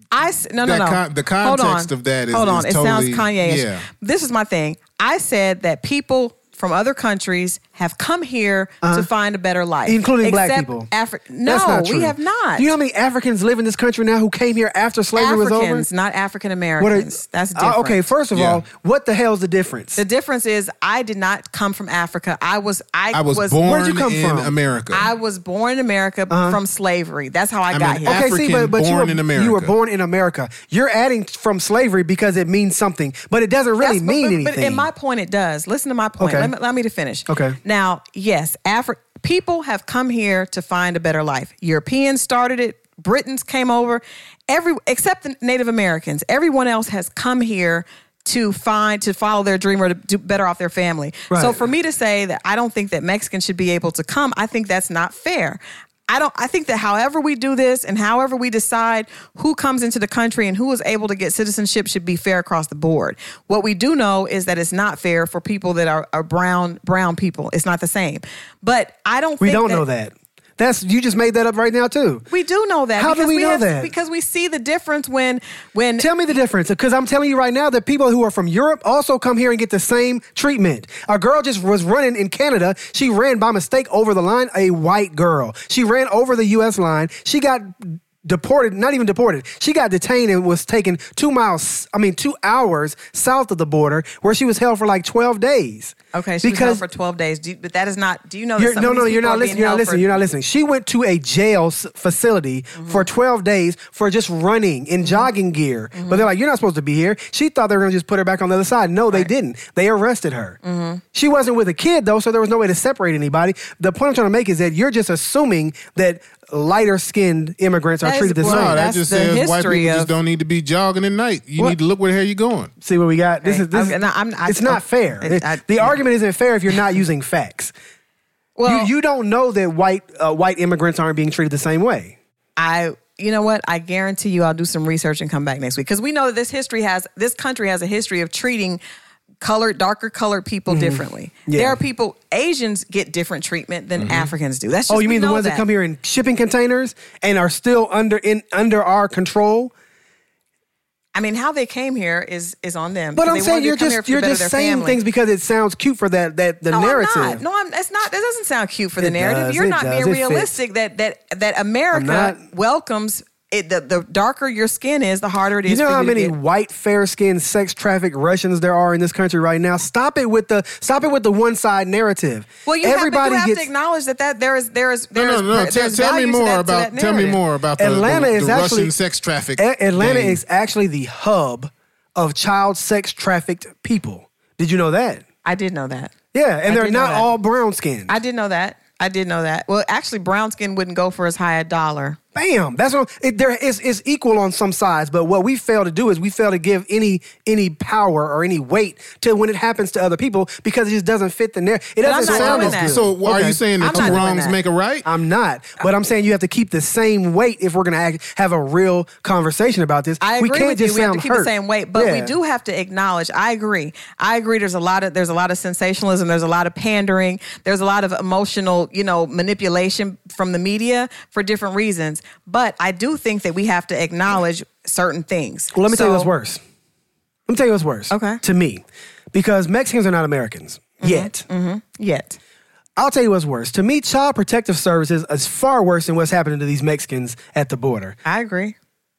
I s- no no
That
no.
con- the
Hold
context
on.
of that is-
hold on.
is
it sounds
totally-
Kanye.
yeah.
This is my thing. I said that people from other countries have come here to find a better life,
Uh-huh. Including black
Except
people.
Afri-
That's
no,
not true.
we have not.
Do you know how many Africans live in this country now who came here after slavery was
Africans,
over?
not African
What are-
Americans. That's
Uh,
different.
okay, first of
Yeah.
all, what the hell's the difference?
the difference is I did not come from Africa. I was I,
I was,
where'd
born
you come Uh-huh.
in
from?
America.
I was born in America from slavery. That's how I
I'm
got
an
here.
Af- African
you
born
were,
in
You were
America.
born in America. You're adding from slavery because it means something, but it doesn't really
That's-
mean
but, but-
anything.
But in my point, it does. Listen to my point.
Okay.
Let, me, let me to finish.
Okay.
Now, yes, Afri- people have come here to find a better life. Europeans started it. Britons came over. Every except the Native Americans, everyone else has come here to find to follow their dream or to do better off their family. So
Right.
for me to say that I don't think that Mexicans should be able to come, I think that's not fair. I don't I think that however we do this and however we decide who comes into the country and who is able to get citizenship should be fair across the board. What we do know is that it's not fair for people that are, are brown brown people. It's not the same. But I don't
we
think
don't know that. That's you just made that up right now too.
We do know that.
How do
because
we know
have-
that?
Because we see the difference when when
Tell me the difference, because I'm telling you right now that people who are from Europe also come here and get the same treatment. A girl just was running in Canada. She ran by mistake over the line, a white girl. She ran over the U.S. line. She got deported, not even deported. She got detained and was taken two miles, I mean, two hours south of the border where she was held for like 12 days.
Okay, she was held for 12 days. Do you- but that is not do you know that
You're,
some
no,
of
no,
these
you're
people
not
are
listening.
being
You're not
held for-
listening. You're not listening. She went to a jail s- facility
Mm-hmm.
for 12 days for just running in jogging gear.
Mm-hmm.
But they're like, you're not supposed to be here. She thought they were going to just put her back on the other side. No, they didn't. They arrested her.
Mm-hmm.
She wasn't with a kid, though, so there was no way to separate anybody. The point I'm trying to make is that you're just assuming that lighter skinned immigrants are
That is-
treated the
well,
same.
no, that
that's
just
the
says white
history
people just
of-
don't need to be jogging at night. You
What?
need to look where the hell you going.
See what we got. This
Right.
is this.
I'm-
is-
no, I'm- I-
it's not
I-
fair.
I- I-
the
no.
argument isn't fair if you're not using facts.
Well,
you you don't know that white uh, white immigrants aren't being treated the same way.
I you know what? I guarantee you I'll do some research and come back next week cuz we know that this history has this country has a history of treating colored darker colored people differently. There
Mm-hmm. Yeah.
are people Asians get different treatment than Africans do. That's just
Oh, you
we
mean the
know
ones that.
that
come here in shipping containers and are still under in under our control?
I mean how they came here is is on them.
But
because
I'm
they
saying
wanted to
you're
come here
just
for the
you're
better of
just
their
saying
family.
things because it sounds cute for that that the
no,
narrative.
I'm not. No, I'm, it's not. That doesn't sound cute for the
It
narrative.
does,
You're
it
not
does,
being
it fits.
realistic that that that America
not-
welcomes it. The, the darker your skin is, the harder it is.
You know
for
how
to
many
get-
white, fair-skinned, sex-trafficked Russians there are in this country right now? Stop it with the stop it with the one-side narrative.
Well, you
everybody
have, but you have
gets
to acknowledge that, that there is there is
No,
there
no,
is
no.
there's
Tell, tell me
value to
more
that- to
about.
that
Tell me
narrative.
more about the,
Atlanta
the,
is
the
actually
Russian sex traffic.
A- Atlanta
thing.
is actually the hub of child sex trafficked people. Did you know that?
I did know that.
Yeah, and
I
they're
did know
not
that.
all brown skinned.
I did know that. I did know that. Well, actually, brown skin wouldn't go for as high a dollar.
Bam! That's what I'm- it, there is is equal on some sides, but what we fail to do is we fail to give any any power or any weight to when it happens to other people because it just doesn't fit the narrative. It
But I'm
doesn't
not
sound
doing
as
that.
good.
So are
Okay.
you saying
I'm
that
not
two
doing
wrongs
that.
make a right?
I'm not, but I'm saying you have to keep the same weight if we're going to act, have a real conversation about this.
I
we
agree
can't
with
just
you. We have
sound
to keep
hurt.
the same weight, but
Yeah.
we do have to acknowledge. I agree. I agree. There's a lot of there's a lot of sensationalism. There's a lot of pandering. There's a lot of emotional, you know, manipulation from the media for different reasons. But I do think that we have to acknowledge certain things.
Well, let me tell you what's
So-
worse. Let me tell you what's worse.
Okay. Mm-hmm.
To me, because Mexicans are not Americans yet.
Yet.
I'll tell you what's worse. To me, Child Protective Services is far worse than what's happening to these Mexicans at the border.
I agree.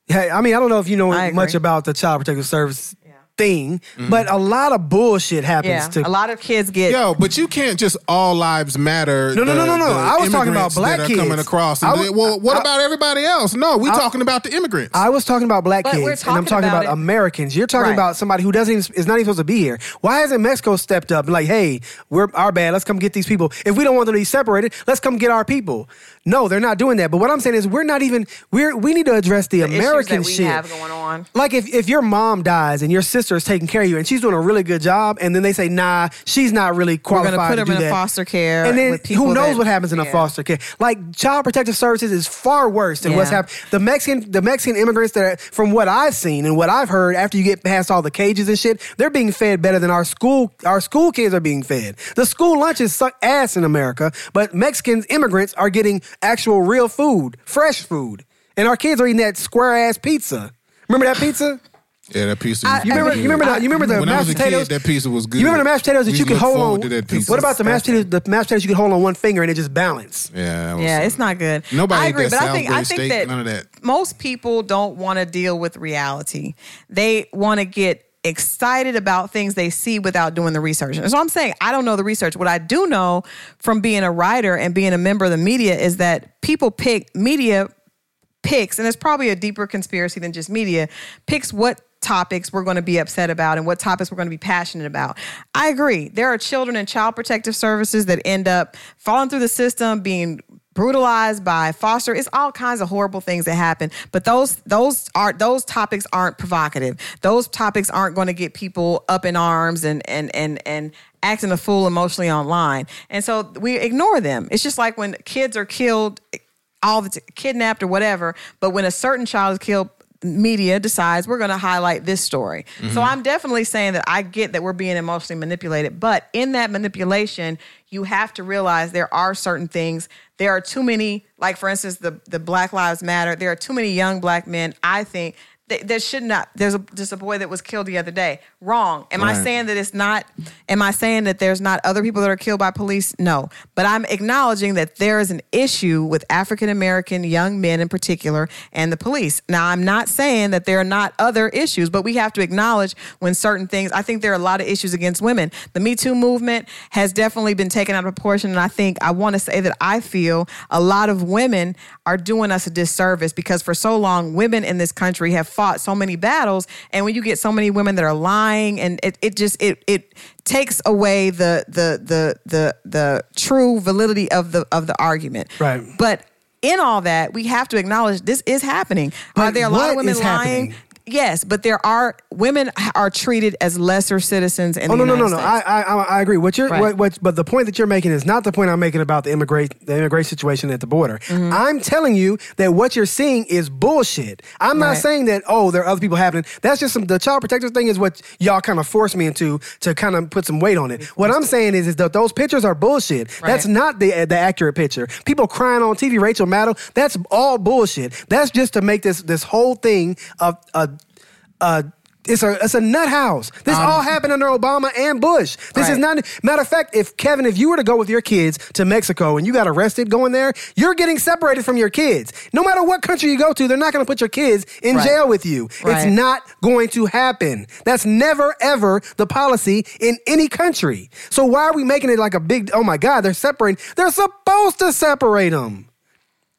Hey, I mean, I don't know if you
I
know
agree.
much about the Child Protective Service thing, but a lot of bullshit happens
Yeah.
to
a lot of kids get
Yo, but you can't just all lives matter.
No, no,
the-
no, no, no.
the
I was talking about
immigrants
black
that are
kids.
coming across.
I
And
was-
they- well, what
I-
about everybody else? No, we talking about the immigrants.
I was talking about black
But
kids,
we're
and I'm
talking
talking about,
about it-
Americans. You're talking
Right.
about somebody who doesn't even, is not even supposed to be here. Why hasn't Mexico stepped up? and Like, hey, we're our bad. Let's come get these people. If we don't want them to be separated, let's come get our people. No, they're not doing that. But what I'm saying is, we're not even. We're we need to address the,
issues
American
that we
shit.
have going on.
Like if, if your mom dies and your sister is taking care of you and she's doing a really good job, and then they say, nah, she's not really
gonna
qualified
put
to
her
do
in a
that.
foster care
And then
with people
who knows
that-
what happens in a
yeah.
foster care? Like child protective services is far worse than what's
Yeah.
happening. The Mexican the Mexican immigrants that are, from what I've seen and what I've heard after you get past all the cages and shit, they're being fed better than our school our school kids are being fed. The school lunches suck ass in America, but Mexicans immigrants are getting actual real food, fresh food. And our kids are eating that square ass pizza. Remember that pizza?
Yeah, that piece. Of,
I-
You remember? You remember the? You remember the
when I was
mashed
a
potatoes?
kid, that pizza was good.
You remember the mashed potatoes that
We
you could
looked
hold
forward
on?
to that pizza.
What about the mashed potatoes? The mashed potatoes you could hold on one finger and it just balanced.
Yeah, that was
Yeah, it's not good.
Nobody
I
ate
agree,
that
but I think I
Salisbury
think
steak,
that,
none of that.
most people don't want to deal with reality. They want to get excited about things they see without doing the research. And so I'm saying I don't know the research. What I do know from being a writer and being a member of the media is that people pick media picks, and it's probably a deeper conspiracy than just media, picks what topics we're going to be upset about and what topics we're going to be passionate about. I agree. There are children in child protective services that end up falling through the system, being brutalized by foster it's all kinds of horrible things that happen but those those are those topics aren't provocative those topics aren't going to get people up in arms and and and and acting a fool emotionally online and so we ignore them it's just like when kids are killed all the t- kidnapped or whatever. But when a certain child is killed, media decides we're going to highlight this story. So I'm definitely saying that I get that we're being emotionally manipulated, but in that manipulation, you have to realize there are certain things. There are too many, like for instance, the the Black Lives Matter. There are too many young black men. I think that, that should not. There's a just a boy that was killed the other day. Wrong. Am I
Right.
saying? saying that it's not am i saying that there's not other people that are killed by police no but i'm acknowledging that there is an issue with african american young men in particular and the police now i'm not saying that there are not other issues but we have to acknowledge when certain things i think there are a lot of issues against women the me too movement has definitely been taken out of proportion and i think i want to say that i feel a lot of women are doing us a disservice because for so long women in this country have fought so many battles and when you get so many women that are lying and it, it just it it takes away the the the the the true validity of the of the argument
Right.
but in all that we have to acknowledge this is happening are
But
there a lot of
what
women
is
lying
happening?
yes but there are women are treated as lesser citizens in
Oh
the
no no no no!
United
I
States.
I I I agree. What you're
Right.
what, what but the point that you're making is not the point I'm making about the immigrate the immigrate situation at the border.
Mm-hmm.
I'm telling you that what you're seeing is bullshit. I'm not
Right.
saying that oh there are other people happening. That's just some the child protective thing is what y'all kind of forced me into to kind of put some weight on it. What I'm saying is is that those pictures are bullshit. That's
Right.
not the the accurate picture. People crying on TV, Rachel Maddow. That's all bullshit. That's just to make this this whole thing of a. Uh, it's a it's a nut house. This all happened under Obama and Bush. This is
Um, Right.
not matter of fact. If Kevin, if you were to go with your kids to Mexico and you got arrested going there, you're getting separated from your kids. No matter what country you go to, they're not going to put your kids in
Right.
jail with you.
Right.
It's not going to happen. That's never ever the policy in any country. So why are we making it like a big? Oh my God, they're separating. They're supposed to separate them.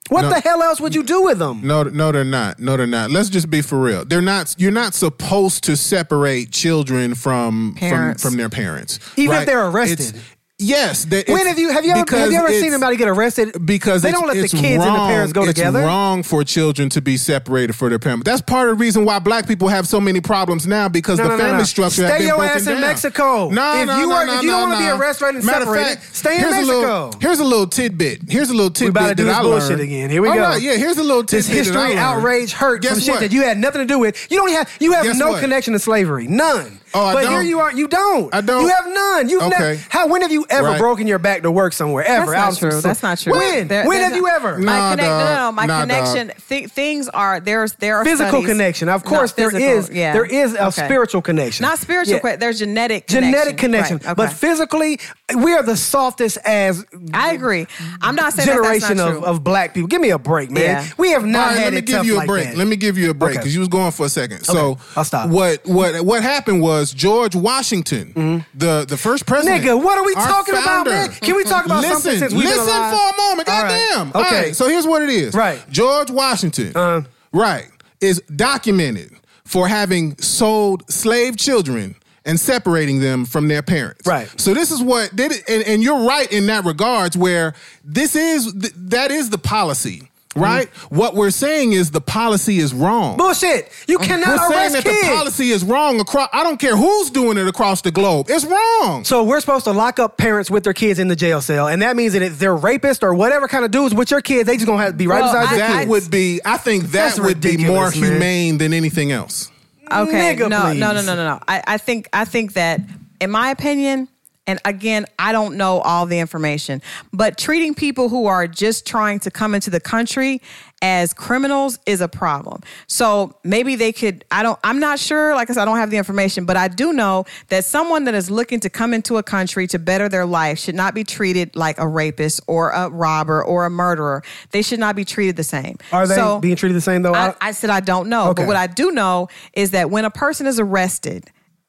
What
No.
the hell else would you do with them?
No, no, they're not. No, they're not. Let's just be for real. They're not. You're not supposed to separate children from from,
Parents.
from their parents,
Even if they're arrested.
It's- yes. that-
When
it's-
have you have you ever, have
because
you ever seen
it's-
anybody get arrested
Because
they
it's-
don't let the
it's
kids and the parents go
wrong-
together?
It's wrong for children to be separated from their parents. That's part of the reason why black people have so many problems now because
No,
the
no, no,
family
no.
structure.
Stay
has been
your
broken
ass in
down.
Mexico.
No,
If
no,
you
no,
are-
no,
if you don't
no,
wanna be
no.
arrested and
Matter of
separated,
fact,
stay in
here's a little-
Mexico.
here's a little tidbit. Here's a little tidbit
about to do
that
this
I
bullshit
learned.
again. Here we
All
go.
right, yeah, here's a little tidbit.
This history,
that I learned.
outrage, hurt,
Guess
some shit
what?
that you had nothing to do with. You don't have you have
Guess
no
what?
connection to slavery, none.
Oh, I
but
don't?
here you are. You don't.
I don't?
You have none. You've never.
Okay.
How? When have you ever
Right.
broken your back to work somewhere? Ever?
That's
Out
not
of-
true. That's not true.
When?
There-
when
there's
have you
not-
ever?
No.
My
Nah,
connect- no, no, no.
dog.
My
Nah,
connection. thi- things are there's there are
Physical
studies-
connection. Of
No,
course, there
physical,
is.
yeah.
There is a
Okay.
spiritual connection.
Not spiritual.
Yeah.
que- There's genetic connection.
Genetic connection,
Right, okay.
but physically, we are the softest as
I agree. I'm not saying that that's
generation
not
of,
true.
of black people. Give me a break, man.
Yeah.
We have
All
not
right,
had
let me
it
give
tough
you a
like
break.
that.
Let me give you a break
Okay.
because you was going for a second. So
I'll stop.
What what what happened was George Washington, the the first president.
Mm-hmm. Nigga, what are we
our
talking about,
founder.
man? Can we talk about
listen,
something since we've been
listen
alive?
for a moment.
All right.
Goddamn.
Okay.
All right, So here's what it is.
Right. Uh-huh.
George Washington. right. Is documented for having sold slave children and separating them from their parents.
Right.
So this is what did it, and, and you're right in that regards where this is th- that is the policy,
Mm-hmm.
right? What we're saying is the policy is wrong.
Bullshit. You
We're
cannot
saying
arrest
that
kids.
the policy is wrong across. I don't care who's doing it across the globe. It's wrong.
so we're supposed to lock up parents with their kids in the jail cell, and that means that if they're rapists or whatever kind of dudes with your kids, they just gonna have to be right
Well,
beside your
that
kids.
would be. I think that
That's
would be more
ridiculous, man.
humane than anything else.
Okay.
Nigga,
no,
please.
no, no, no, no, no. I, I think I think that in my opinion, and again, I don't know all the information, but treating people who are just trying to come into the country as criminals is a problem. So maybe they could, I don't, I'm not sure. Like I said, I don't have the information, but I do know that someone that is looking to come into a country to better their life should not be treated like a rapist or a robber or a murderer. They should not be treated the same.
Are they
So-
being treated the same though?
I, I said I don't know,
Okay.
but what I do know is that when a person is arrested,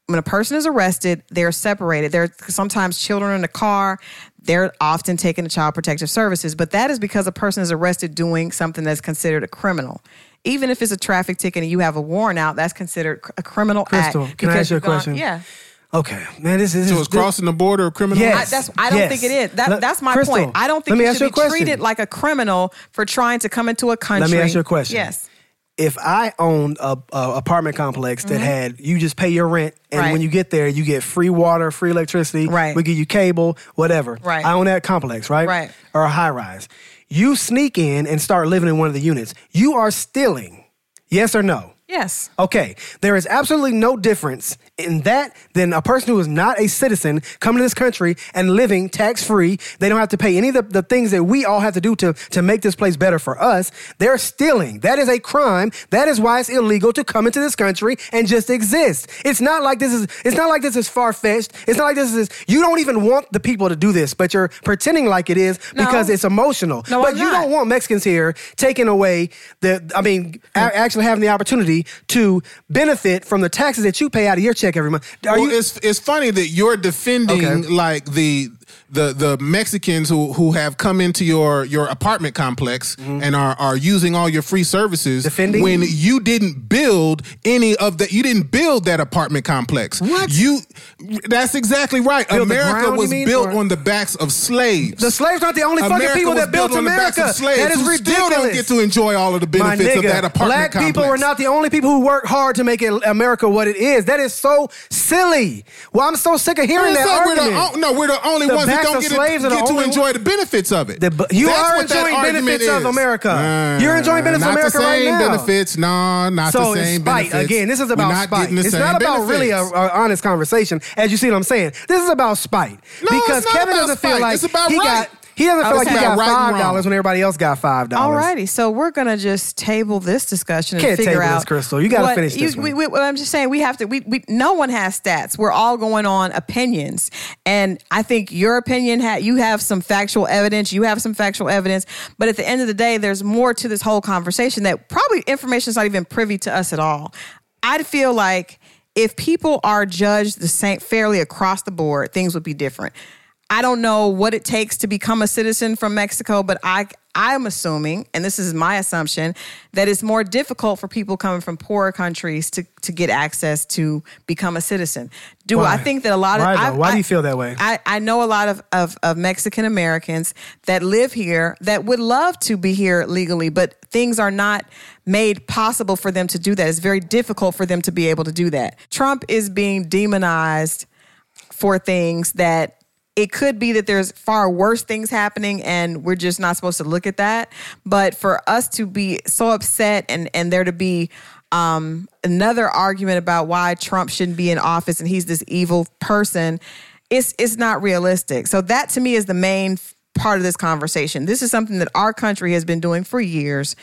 when a person is arrested, they're separated. There are sometimes children in the car. They're often taken to child protective services, but that is because a person is arrested doing something that's considered a criminal. Even if it's a traffic ticket and you have a warrant out, that's considered cr- a criminal
Crystal,
act.
can I
because
ask you a
you've gone-
question?
Yeah.
okay, man, this is
So it's crossing the border of criminal.
Yes.
I, that's, I don't
Yes.
think it is.
Let-
That, that's my
Crystal,
point. I don't
let
think
me
you
ask you a
should be
question.
treated like a criminal for trying to come into a country.
Let me ask you a question.
Yes.
If I owned a, a apartment complex that had you just pay your rent, and
Mm-hmm. Right.
when you get there, you get free water, free electricity.
Right.
We give you cable, whatever.
Right.
I own that complex, right?
Right.
Or a high rise. You sneak in and start living in one of the units. You are stealing. Yes or no?
Yes.
Okay, there is absolutely no difference in that than a person who is not a citizen coming to this country and living tax free. They don't have to pay any of the, the things that we all have to do to, to make this place better for us. They're stealing. That is a crime. That is why it's illegal to come into this country and just exist. It's not like this is it's not like this is far fetched. It's not like this is you don't even want the people to do this, but you're pretending like it is
No.
because it's emotional.
No,
but
I'm
you
not.
don't want Mexicans here taking away the, I mean,
Hmm.
a- actually having the opportunity to benefit from the taxes that you pay out of your check every month. Are
well,
you?
it's it's funny that you're defending
Okay.
like the the the Mexicans who who have come into your your apartment complex and are are using all your free services
Mm-hmm. Defending?
when you didn't build any of that you didn't build that apartment complex.
What?
You that's exactly right.
Build the
America
ground, you
was
mean,
built
or-
on the backs of slaves.
The slaves aren't the only fucking
America
people
was
that built
on the backs
America.
of slaves
That is
who
ridiculous.
still don't get to enjoy all of the
My
benefits of
nigga,
that apartment
black
complex.
people are not the only people who work hard to make it America what it is. That is so silly. Well, I'm so sick of hearing
Who
that
said we're the
argument.
o- no, we're the only
The
ones that
backs
don't
of
get,
slaves
to,
are the
get to
only
enjoy the benefits of it.
The bu- you
That's
are
what that
enjoying
argument
benefits of
is.
America.
Nah,
You're enjoying benefits of
not
America
the
right
same
now.
benefits. No, not
so
the
it's
same
spite
benefits.
again. This is
We're
about
not
spite.
getting the
It's
same
not about really a,
benefits.
a honest conversation, as you see what I'm saying. This is about spite
No, it's
because
not
Kevin
about
doesn't feel
spite.
like
It's about
he
right.
got. He doesn't feel
It's
like he
about
got
right and
five
wrong.
dollars when everybody else got five dollars.
Alrighty, so we're gonna just table this discussion and
Can't
figure
table
out
this, Crystal. You gotta
what-
finish this
you-
one.
we- we- well, I'm just saying we have to. We, we no one has stats. We're all going on opinions, and I think your opinion ha- you have some factual evidence. You have some factual evidence, but at the end of the day, there's more to this whole conversation that probably information's not even privy to us at all. I'd feel like if people are judged the same fairly across the board, things would be different. I don't know what it takes to become a citizen from Mexico, but I I'm assuming, and this is my assumption, that it's more difficult for people coming from poorer countries to to get access to become a citizen. Do
Why?
I think that a lot of
Why, though?
I've-
Why do you
I-
feel that way?
I, I know a lot of, of, of Mexican Americans that live here that would love to be here legally, but things are not made possible for them to do that. It's very difficult for them to be able to do that. Trump is being demonized for things that it could be that there's far worse things happening and we're just not supposed to look at that but for us to be so upset and and there to be um, another argument about why Trump shouldn't be in office and he's this evil person it's it's not realistic so that to me is the main f- part of this conversation this is something that our country has been doing for years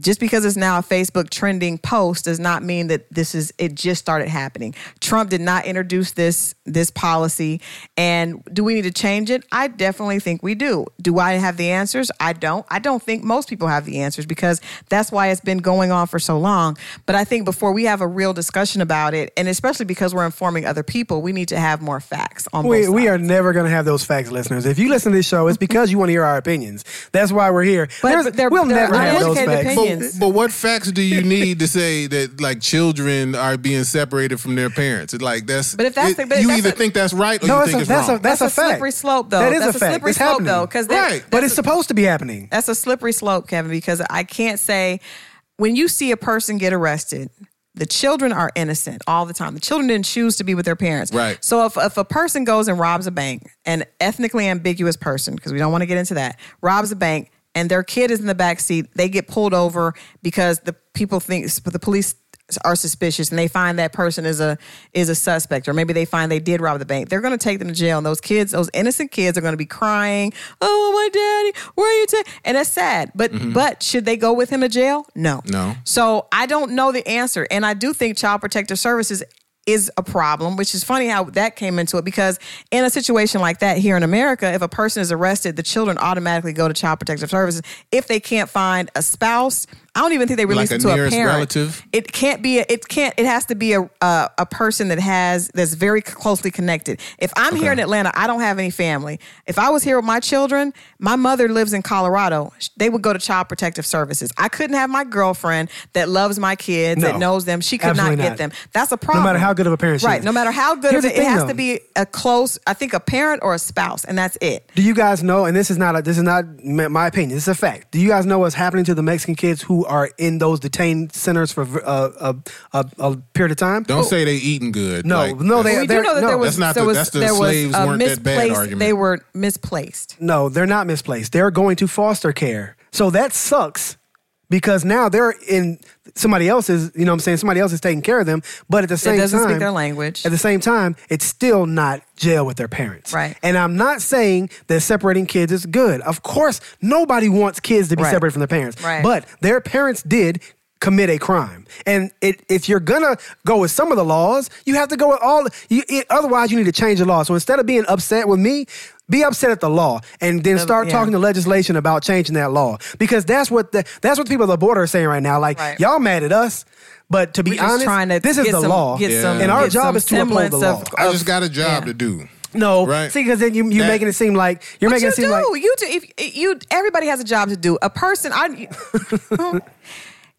just because it's now a Facebook trending post does not mean that this is it just started happening. Trump did not introduce this this policy and do we need to change it? I definitely think we do. Do I have the answers? I don't. I don't think most people have the answers because that's why it's been going on for so long. But I think before we have a real discussion about it and especially because we're informing other people, we need to have more facts on both
We,
sides.
we are never going to have those facts, listeners. If you listen to this show, it's because you want to hear our opinions. That's why we're here.
But
There's-
they're-
we'll
they're
never have those
uneducated
facts.
opinions.
But, but what facts do you need to say that like children are being separated from their parents? It's like that's.
But if that's the- but
you
that's
either
a-
think that's right or
No,
you
it's
think
a-
it's
that's a-
wrong.
that's
That's a
fact.
slippery slope, though.
That is
That's
a
a
fact.
slippery
It's
slope, though,
happening.
'cause that-
Right.
But it's supposed to be happening.
That's a slippery slope, Kevin, because I can't say when you see a person get arrested, the children are innocent all the time. The children didn't choose to be with their parents.
Right.
So if, if a person goes and robs a bank, an ethnically ambiguous person, because we don't want to get into that, robs a bank and their kid is in the back seat, they get pulled over because the people think the police are suspicious and they find that person is a is a suspect or maybe they find they did rob the bank they're going to take them to jail and those kids those innocent kids are going to be crying oh my daddy where are you ta-? and that's sad but but should they go with him to jail no
No.
so i don't know the answer and i do think child protective services is a problem which is funny how that came into it because in a situation like that here in america if a person is arrested the children automatically go to child protective services if they can't find a spouse i don't even think they release
Like a
it to a
nearest
parent
relative?
it can't be a, it can't it has to be a, a a person that has that's very closely connected if i'm here in atlanta i don't have any family if i was here with my children my mother lives in colorado Sh- they would go to child protective services i couldn't have my girlfriend that loves my kids that
No.
knows them she could not
Absolutely
get
not.
them that's a problem
how good of a parent she
right
is.
no matter how good
Here's
of
the
it, it
thing,
has
though.
to be a close i think a parent or a spouse and that's it
Do you guys know? And this is not a, this is not m- my opinion. This is a fact. Do you guys know what's happening to the Mexican kids who are in those detained centers for uh, a, a, a period of time?
Don't say they eating good.
No,
Like,
no, they-
we do
they're-
know that
no.
there was
That's not
there
the-
was
that's the
there
slaves
was uh,
weren't that bad
misplaced
argument.
they were misplaced
No, they're not misplaced. They're going to foster care. So that sucks because now they're in somebody else's, you know what I'm saying? Somebody else is taking care of them, but at the same
doesn't
time
speak their language.
At the same time, it's still not jail with their parents.
Right.
And I'm not saying that separating kids is good. Of course, nobody wants kids to be
Right.
separated from their parents.
Right.
But their parents did commit a crime. And it, if you're gonna go with some of the laws, you have to go with all. You, it, otherwise, you need to change the law. So instead of being upset with me, be upset at the law, and then start
yeah.
talking to legislation about changing that law because that's what the, that's what the people at the border are saying right now. Like
Right.
y'all mad at us, but to be
We're just
honest,
trying to
this is
get
the
some-
law,
get
some-
and our
get
job
some
is to uphold the
semblance
law.
of-
I just got a job
Yeah.
to do.
no,
Right.
see, because then you you're
That-
making it seem like you're
But
making
you
it seem
do.
like
you do. If, if you, everybody has a job to do. A person, I,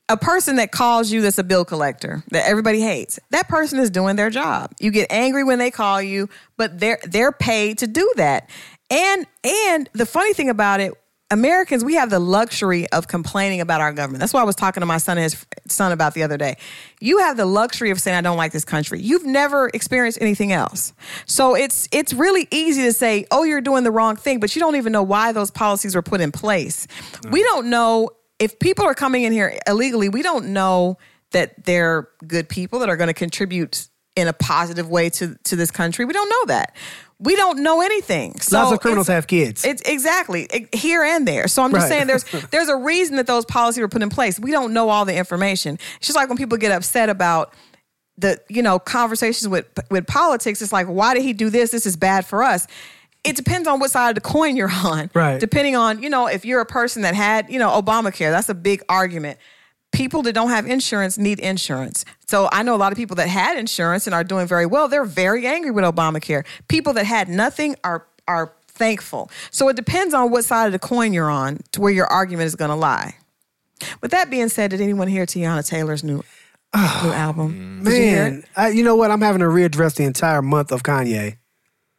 a person that calls you that's a bill collector that everybody hates. That person is doing their job. You get angry when they call you, but they're they're paid to do that. And and the funny thing about it. Americans, we have the luxury of complaining about our government. That's what I was talking to my son and his son about the other day. You have the luxury of saying, "I don't like this country." You've never experienced anything else, so it's it's really easy to say, "Oh, you're doing the wrong thing," but you don't even know why those policies were put in place. We don't know if people are coming in here illegally, we don't know that they're good people that are going to contribute in a positive way to to this country. We don't know that. We don't know anything. So
Lots of criminals
it's-
have kids.
It's exactly it- here and there. So I'm just
Right.
saying there's there's a reason that those policies were put in place. We don't know all the information. It's just like when people get upset about the you know conversations with with politics. It's like why did he do this? This is bad for us. It depends on what side of the coin you're on.
Right.
Dep- depending on you know if you're a person that had you know obamacare that's a big argument people that don't have insurance need insurance so i know a lot of people that had insurance and are doing very well they're very angry with obamacare people that had nothing are are thankful so it depends on what side of the coin you're on to where your argument is going to lie with that being said did anyone hear tiana taylor's new new album Did you hear
man,
it?
I, you know what? I'm having to readdress the entire month of Kanye.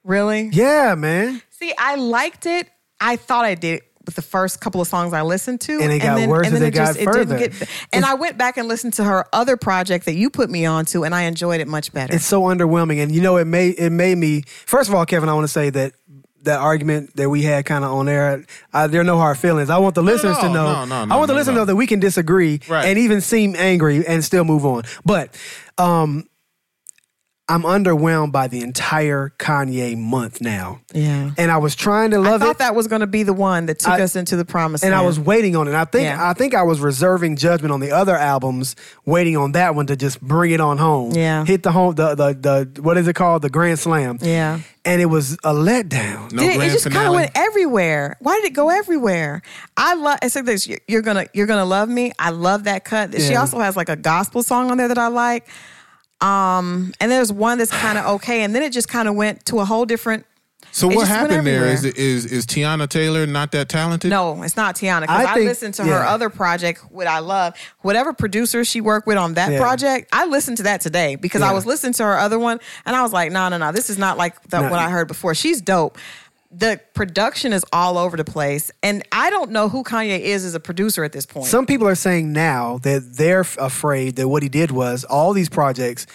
really
Yeah, man.
See, I liked it. I thought I did it with the first couple of songs I listened to,
And it got worse as it got further.
and I went back and listened to her other project that you put me on to, and I enjoyed it much better.
It's so underwhelming, and you know it made it made me. First of all, Kevin, I want to say that that argument that we had kind of on air, I, there are no hard feelings. I want the listeners to
no,
know.
no, no,
I want
no,
the listeners
no.
to know that we can disagree
Right.
and even seem angry and still move on. But um, I'm underwhelmed by the entire Kanye month now.
Yeah.
and I was trying to
I
love
thought
it.
that was going to be the one that took
I-
us into the promised
and I
land.
was waiting on it. I think
Yeah.
I think I was reserving judgment on the other albums, waiting on that one to just bring it on home.
Yeah.
hit the home the the the what is it called the grand slam.
Yeah.
and it was a letdown.
No
Did it, it
grand
just kind of
finale.
went everywhere. Why did it go everywhere? I love. It's like this. you- You're gonna, you're gonna love me. I love that cut. She
Yeah.
also has like a gospel song on there that I like. Um, and there's one that's kind of okay, and then it just kind of went to a whole different.
So
It
what
just went
happened there is
everywhere.
is is Tiana Taylor not that talented?
No, it's not Tiana. Because
I
I,
think-
listened to her
yeah.
other project, what I love, whatever producer she worked with on that
Yeah.
project. I listened to that today because
Yeah.
I was listening to her other one, and I was like, no, no, no, this is not like the,
No.
what I heard before. She's dope. The production is all over the place, and I don't know who Kanye is as a producer at this point.
Some people are saying now that they're f- afraid that what he did was all these projects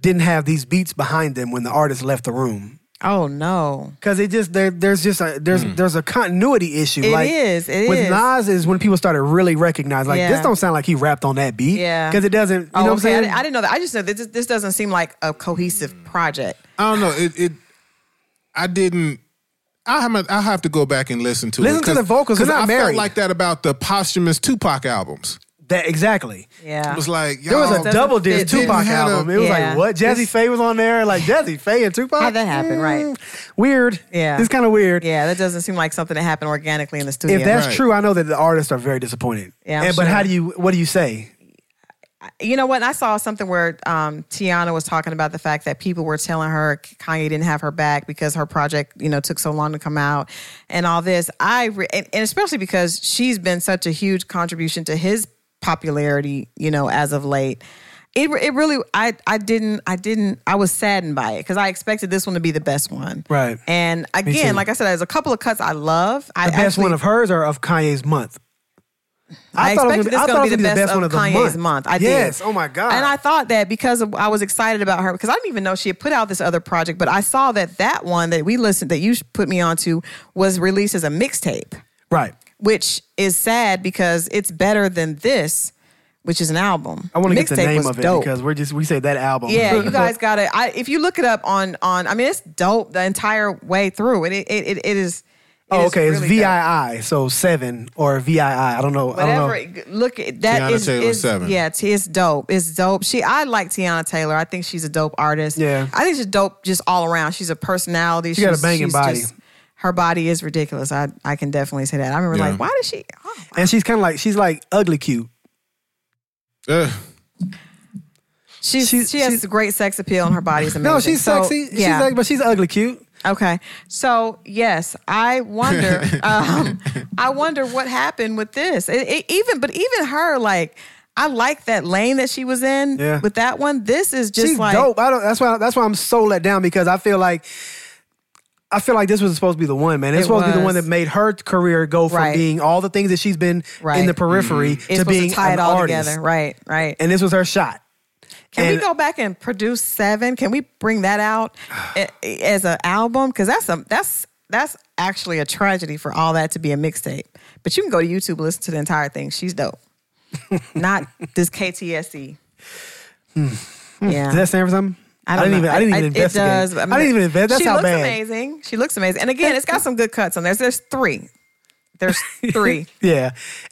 didn't have these beats behind them when the artist left the room.
Oh no.
Because it just there, there's just a there's there's a continuity issue.
It
like
is, it
with
is.
Nas is when people started really recognizing like
Yeah.
this don't sound like he rapped on that beat.
Yeah.
Because it doesn't. You
Oh,
know what I'm
okay. I
saying?
di- I, didn't know that. I just know that this, this doesn't seem like a cohesive project.
I don't know. It, it I didn't. I haven't. I have to go back and listen to it.
Listen to
'cause-
the vocals. They're
'cause
not
I felt
married.
like that about the posthumous Tupac albums.
that exactly.
Yeah. Oh,
It was like
There was
y'all-
a double diss
fit. Didn't
Tupac
have a-
album. it was
Yeah.
like what? Jazzy
This-
Faye was on there. Like Jazzy Faye and Tupac. Mm.
How'd that happen? Right.
Weird.
Yeah.
It's kind of weird.
yeah, that doesn't seem like something that happened organically in the studio.
If that's
Right.
true, I know that the artists are very disappointed.
Yeah, I'm
And- but
sure.
how do you? What do you say?
you know what? I saw something where um, Tiana was talking about the fact that people were telling her Kanye didn't have her back because her project, you know, took so long to come out and all this. I re- and, and especially because she's been such a huge contribution to his popularity, you know, as of late. It, re- it really I I didn't I didn't I was saddened by it because I expected this one to be the best one.
Right.
And
too.
again, like I said, there's a couple of cuts I love. I
The best
actually-
one of hers or of Kanye's month?
I,
thought it was
expected this
gonna- I
going
thought
to be
it
the
was
best, of, Kanye's month. I did.
Yes. Oh my god.
And I thought that because of, I was excited about her because I didn't even know she had put out this other project, but I saw that that one that we listened that you put me onto was released as a mixtape,
right.
which is sad because it's better than this, which is an album.
I want to get the
Mixtape
name
was
of it
dope.
because we're just we say that album.
Yeah, you guys got to. I, if you look it up on on, I mean, it's dope the entire way through, and it it it, it is. it
oh,
is
okay. it's
really
VII,
dope.
so seven or VII. I don't know. I don't
whatever.
know.
it- Look, at that
Tiana
is
Taylor
is-
seven.
Yeah, t- it's dope. It's dope. She, I like Tiana Taylor. I think she's a dope artist.
Yeah.
I think she's dope just all around. She's a personality. She
got a banging body.
her body is ridiculous. I I can definitely say that. I remember
Yeah.
like, why did she? Oh,
And she's kind of like she's like ugly cute.
Ugh.
she's,
She's-
she has
she's-
great sex appeal and her body's amazing.
No, she's
So,
sexy.
yeah.
She's like, but she's ugly cute.
Okay. So yes, I wonder. um, I wonder what happened with this. It, it, even, but even her, like, I like that lane that she was in
Yeah.
with that one. This is just
she's
like
dope. I don't. That's why. That's why I'm so let down because I feel like. I feel like this was supposed to be the one, man. It's
It
supposed to be the one
was.
that made her career go from
Right.
being all the things that she's been in
Right. Mm-hmm.
the periphery
it's
to
supposed
being
to tie
an
it all
artist.
together. Right. Right.
And this was her shot.
Can
and-
we go back and produce seven? Can we bring that out a- as an album? Because that's a that's that's actually a tragedy for all that to be a mixtape. But you can go to YouTube and listen to the entire thing. She's dope. Not this KTSE. E. Yeah.
Does that stand for something?
I
didn't
don't know.
even. Hmm. I didn't even
it-
investigate.
It does. but
I, didn't even invest. That's
she
how
looks
bad.
amazing. She looks amazing. And again, it's got some good cuts on there. There's three. There's three.
Yeah,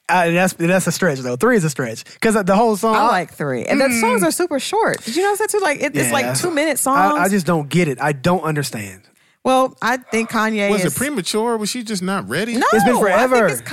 I, that's that's a stretch though. Three is a stretch because the whole song.
I like three. And the
Mm.
songs are super short. Did you notice that too? Like it, it's
Yeah.
like two minute songs.
I, I just don't get it. I don't understand.
Well, I think Kanye
Was
is
it premature? Was she just not ready?
No,
It's been forever.
I think it's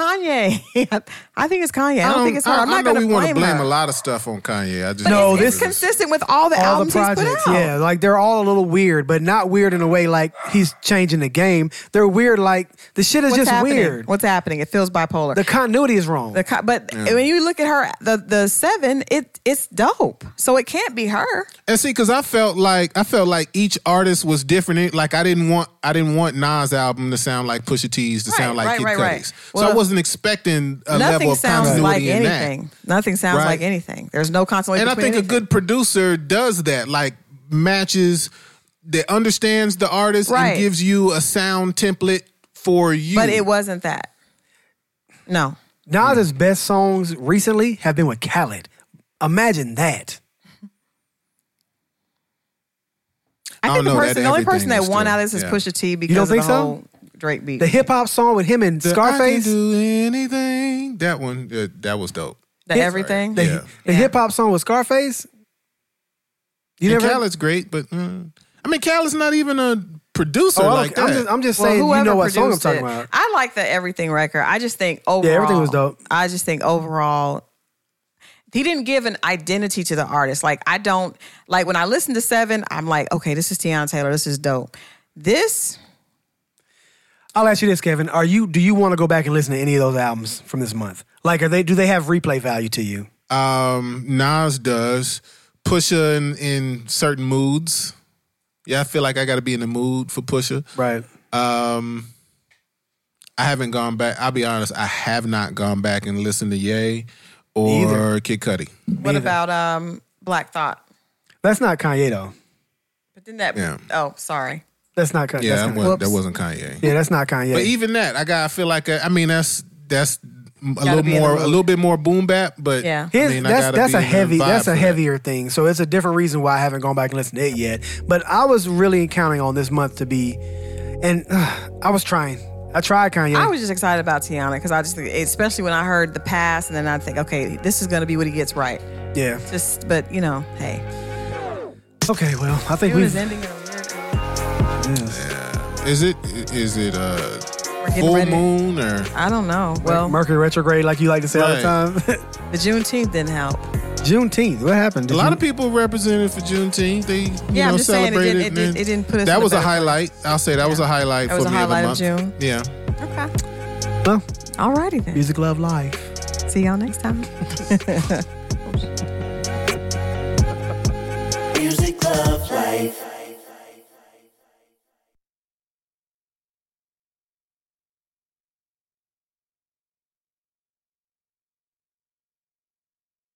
Kanye. I think it's Kanye. I don't, think it's her.
Um, I,
I'm
I
not
know
going to
we wanna
blame,
blame
her.
a lot of stuff on Kanye. I just
No,
don't
this-
It's
know if it
consistent with all the
All the
albums he's
projects,
put out.
yeah, like they're all a little weird, but not weird in a way like he's changing the game. They're weird, like the shit is
What's
just
happening?
weird.
What's happening? It feels bipolar.
The continuity is wrong.
The co- but when you look at her, the the seven, it it's dope. So it can't be her.
And see, because I felt like I felt like each artist was different. It- Like I didn't want I didn't want Nas' album to sound like Pusha T's, to
Right,
sound like
right,
Kid
right, right.
Cudi's. so I
Well,
wasn't expecting a level
Nothing
of
sounds
continuity
like
in that.
anything. Nothing sounds
Right.
like anything. There's no continuity.
And I
between
think a
anything.
good producer does that, like matches that understands the artist
Right.
and gives you a sound template for you.
But it wasn't that. No.
Nas's best songs recently have been with Khaled. Imagine that.
I,
I don't
think the
know that
person, the only
everything
person that
is
won
true.
out of this is
Yeah.
Pusha T because
don't
of the
think so?
whole Drake beat.
The hip hop song with him and
The
Scarface.
I can do anything. That one, uh, that was dope.
the
hip-
everything.
The,
Yeah.
the hip hop song with Scarface. You
and
never.
Khaled's great, but mm, I mean, Khaled's not even a producer
Oh, I don't-
like that.
I'm just, I'm just
Well,
saying, you know
whoever
what song I'm
produced
talking
it.
about.
I like the everything record. I just think overall,
everything was dope.
I just think overall, he didn't give an identity to the artist. Like I don't like when I listen to Seven, I'm like, okay, this is Tiana Taylor. This is dope. This
I'll ask you this, Kevin: Are you? Do you want to go back and listen to any of those albums from this month? Like, are they? Do they have replay value to you?
um, Nas does. Pusha in, in certain moods. Yeah, I feel like I got to be in the mood for Pusha.
Right.
I haven't gone back. I'll be honest. I have not gone back and listened to Ye or
Either.
Kid Cudi.
what about um Black Thought?
That's not Kanye though.
But then that
Yeah.
oh sorry.
That's not Kanye.
Yeah,
that's
that
not-
wasn't,
whoops.
that wasn't Kanye.
yeah, that's not Kanye.
But even that, I got. I feel like uh, I mean that's that's a little
be in the
more,
mood.
a little bit more boom bap. But
Yeah.
I
His,
mean, I
that's
gotta
that's
be
a
in the
heavy
vibe
that's
for
a
that.
heavier thing. So it's a different reason why I haven't gone back and listened to it yet. But I was really counting on this month to be, and uh, I was trying. I tried Kanye.
I was just excited about Tiana because I just, think- especially when I heard the past, and then I think, okay, this is going to be what he gets right.
yeah.
Just, but you know, hey,
Okay. Well, I think
June is
we've.
ending. in a weird way.
Is it is it uh
We're getting
full
ready.
moon or
I don't know. Well,
Mercury retrograde, like you like to say all the time.
the Juneteenth didn't help.
Juneteenth. What happened?
a
Did
lot
you-
of people represented for Juneteenth? They you
Yeah, I'm
know
just saying it
celebrated.
didn't- it
and then-
did- it didn't put us in
That
a
was a
better place.
highlight. I'll say that was a highlight
That
for
was a
me of the
highlight of
month.
June.
Yeah.
Okay.
Well,
Alrighty then.
music, love, life.
See y'all next time.
Music, love, life.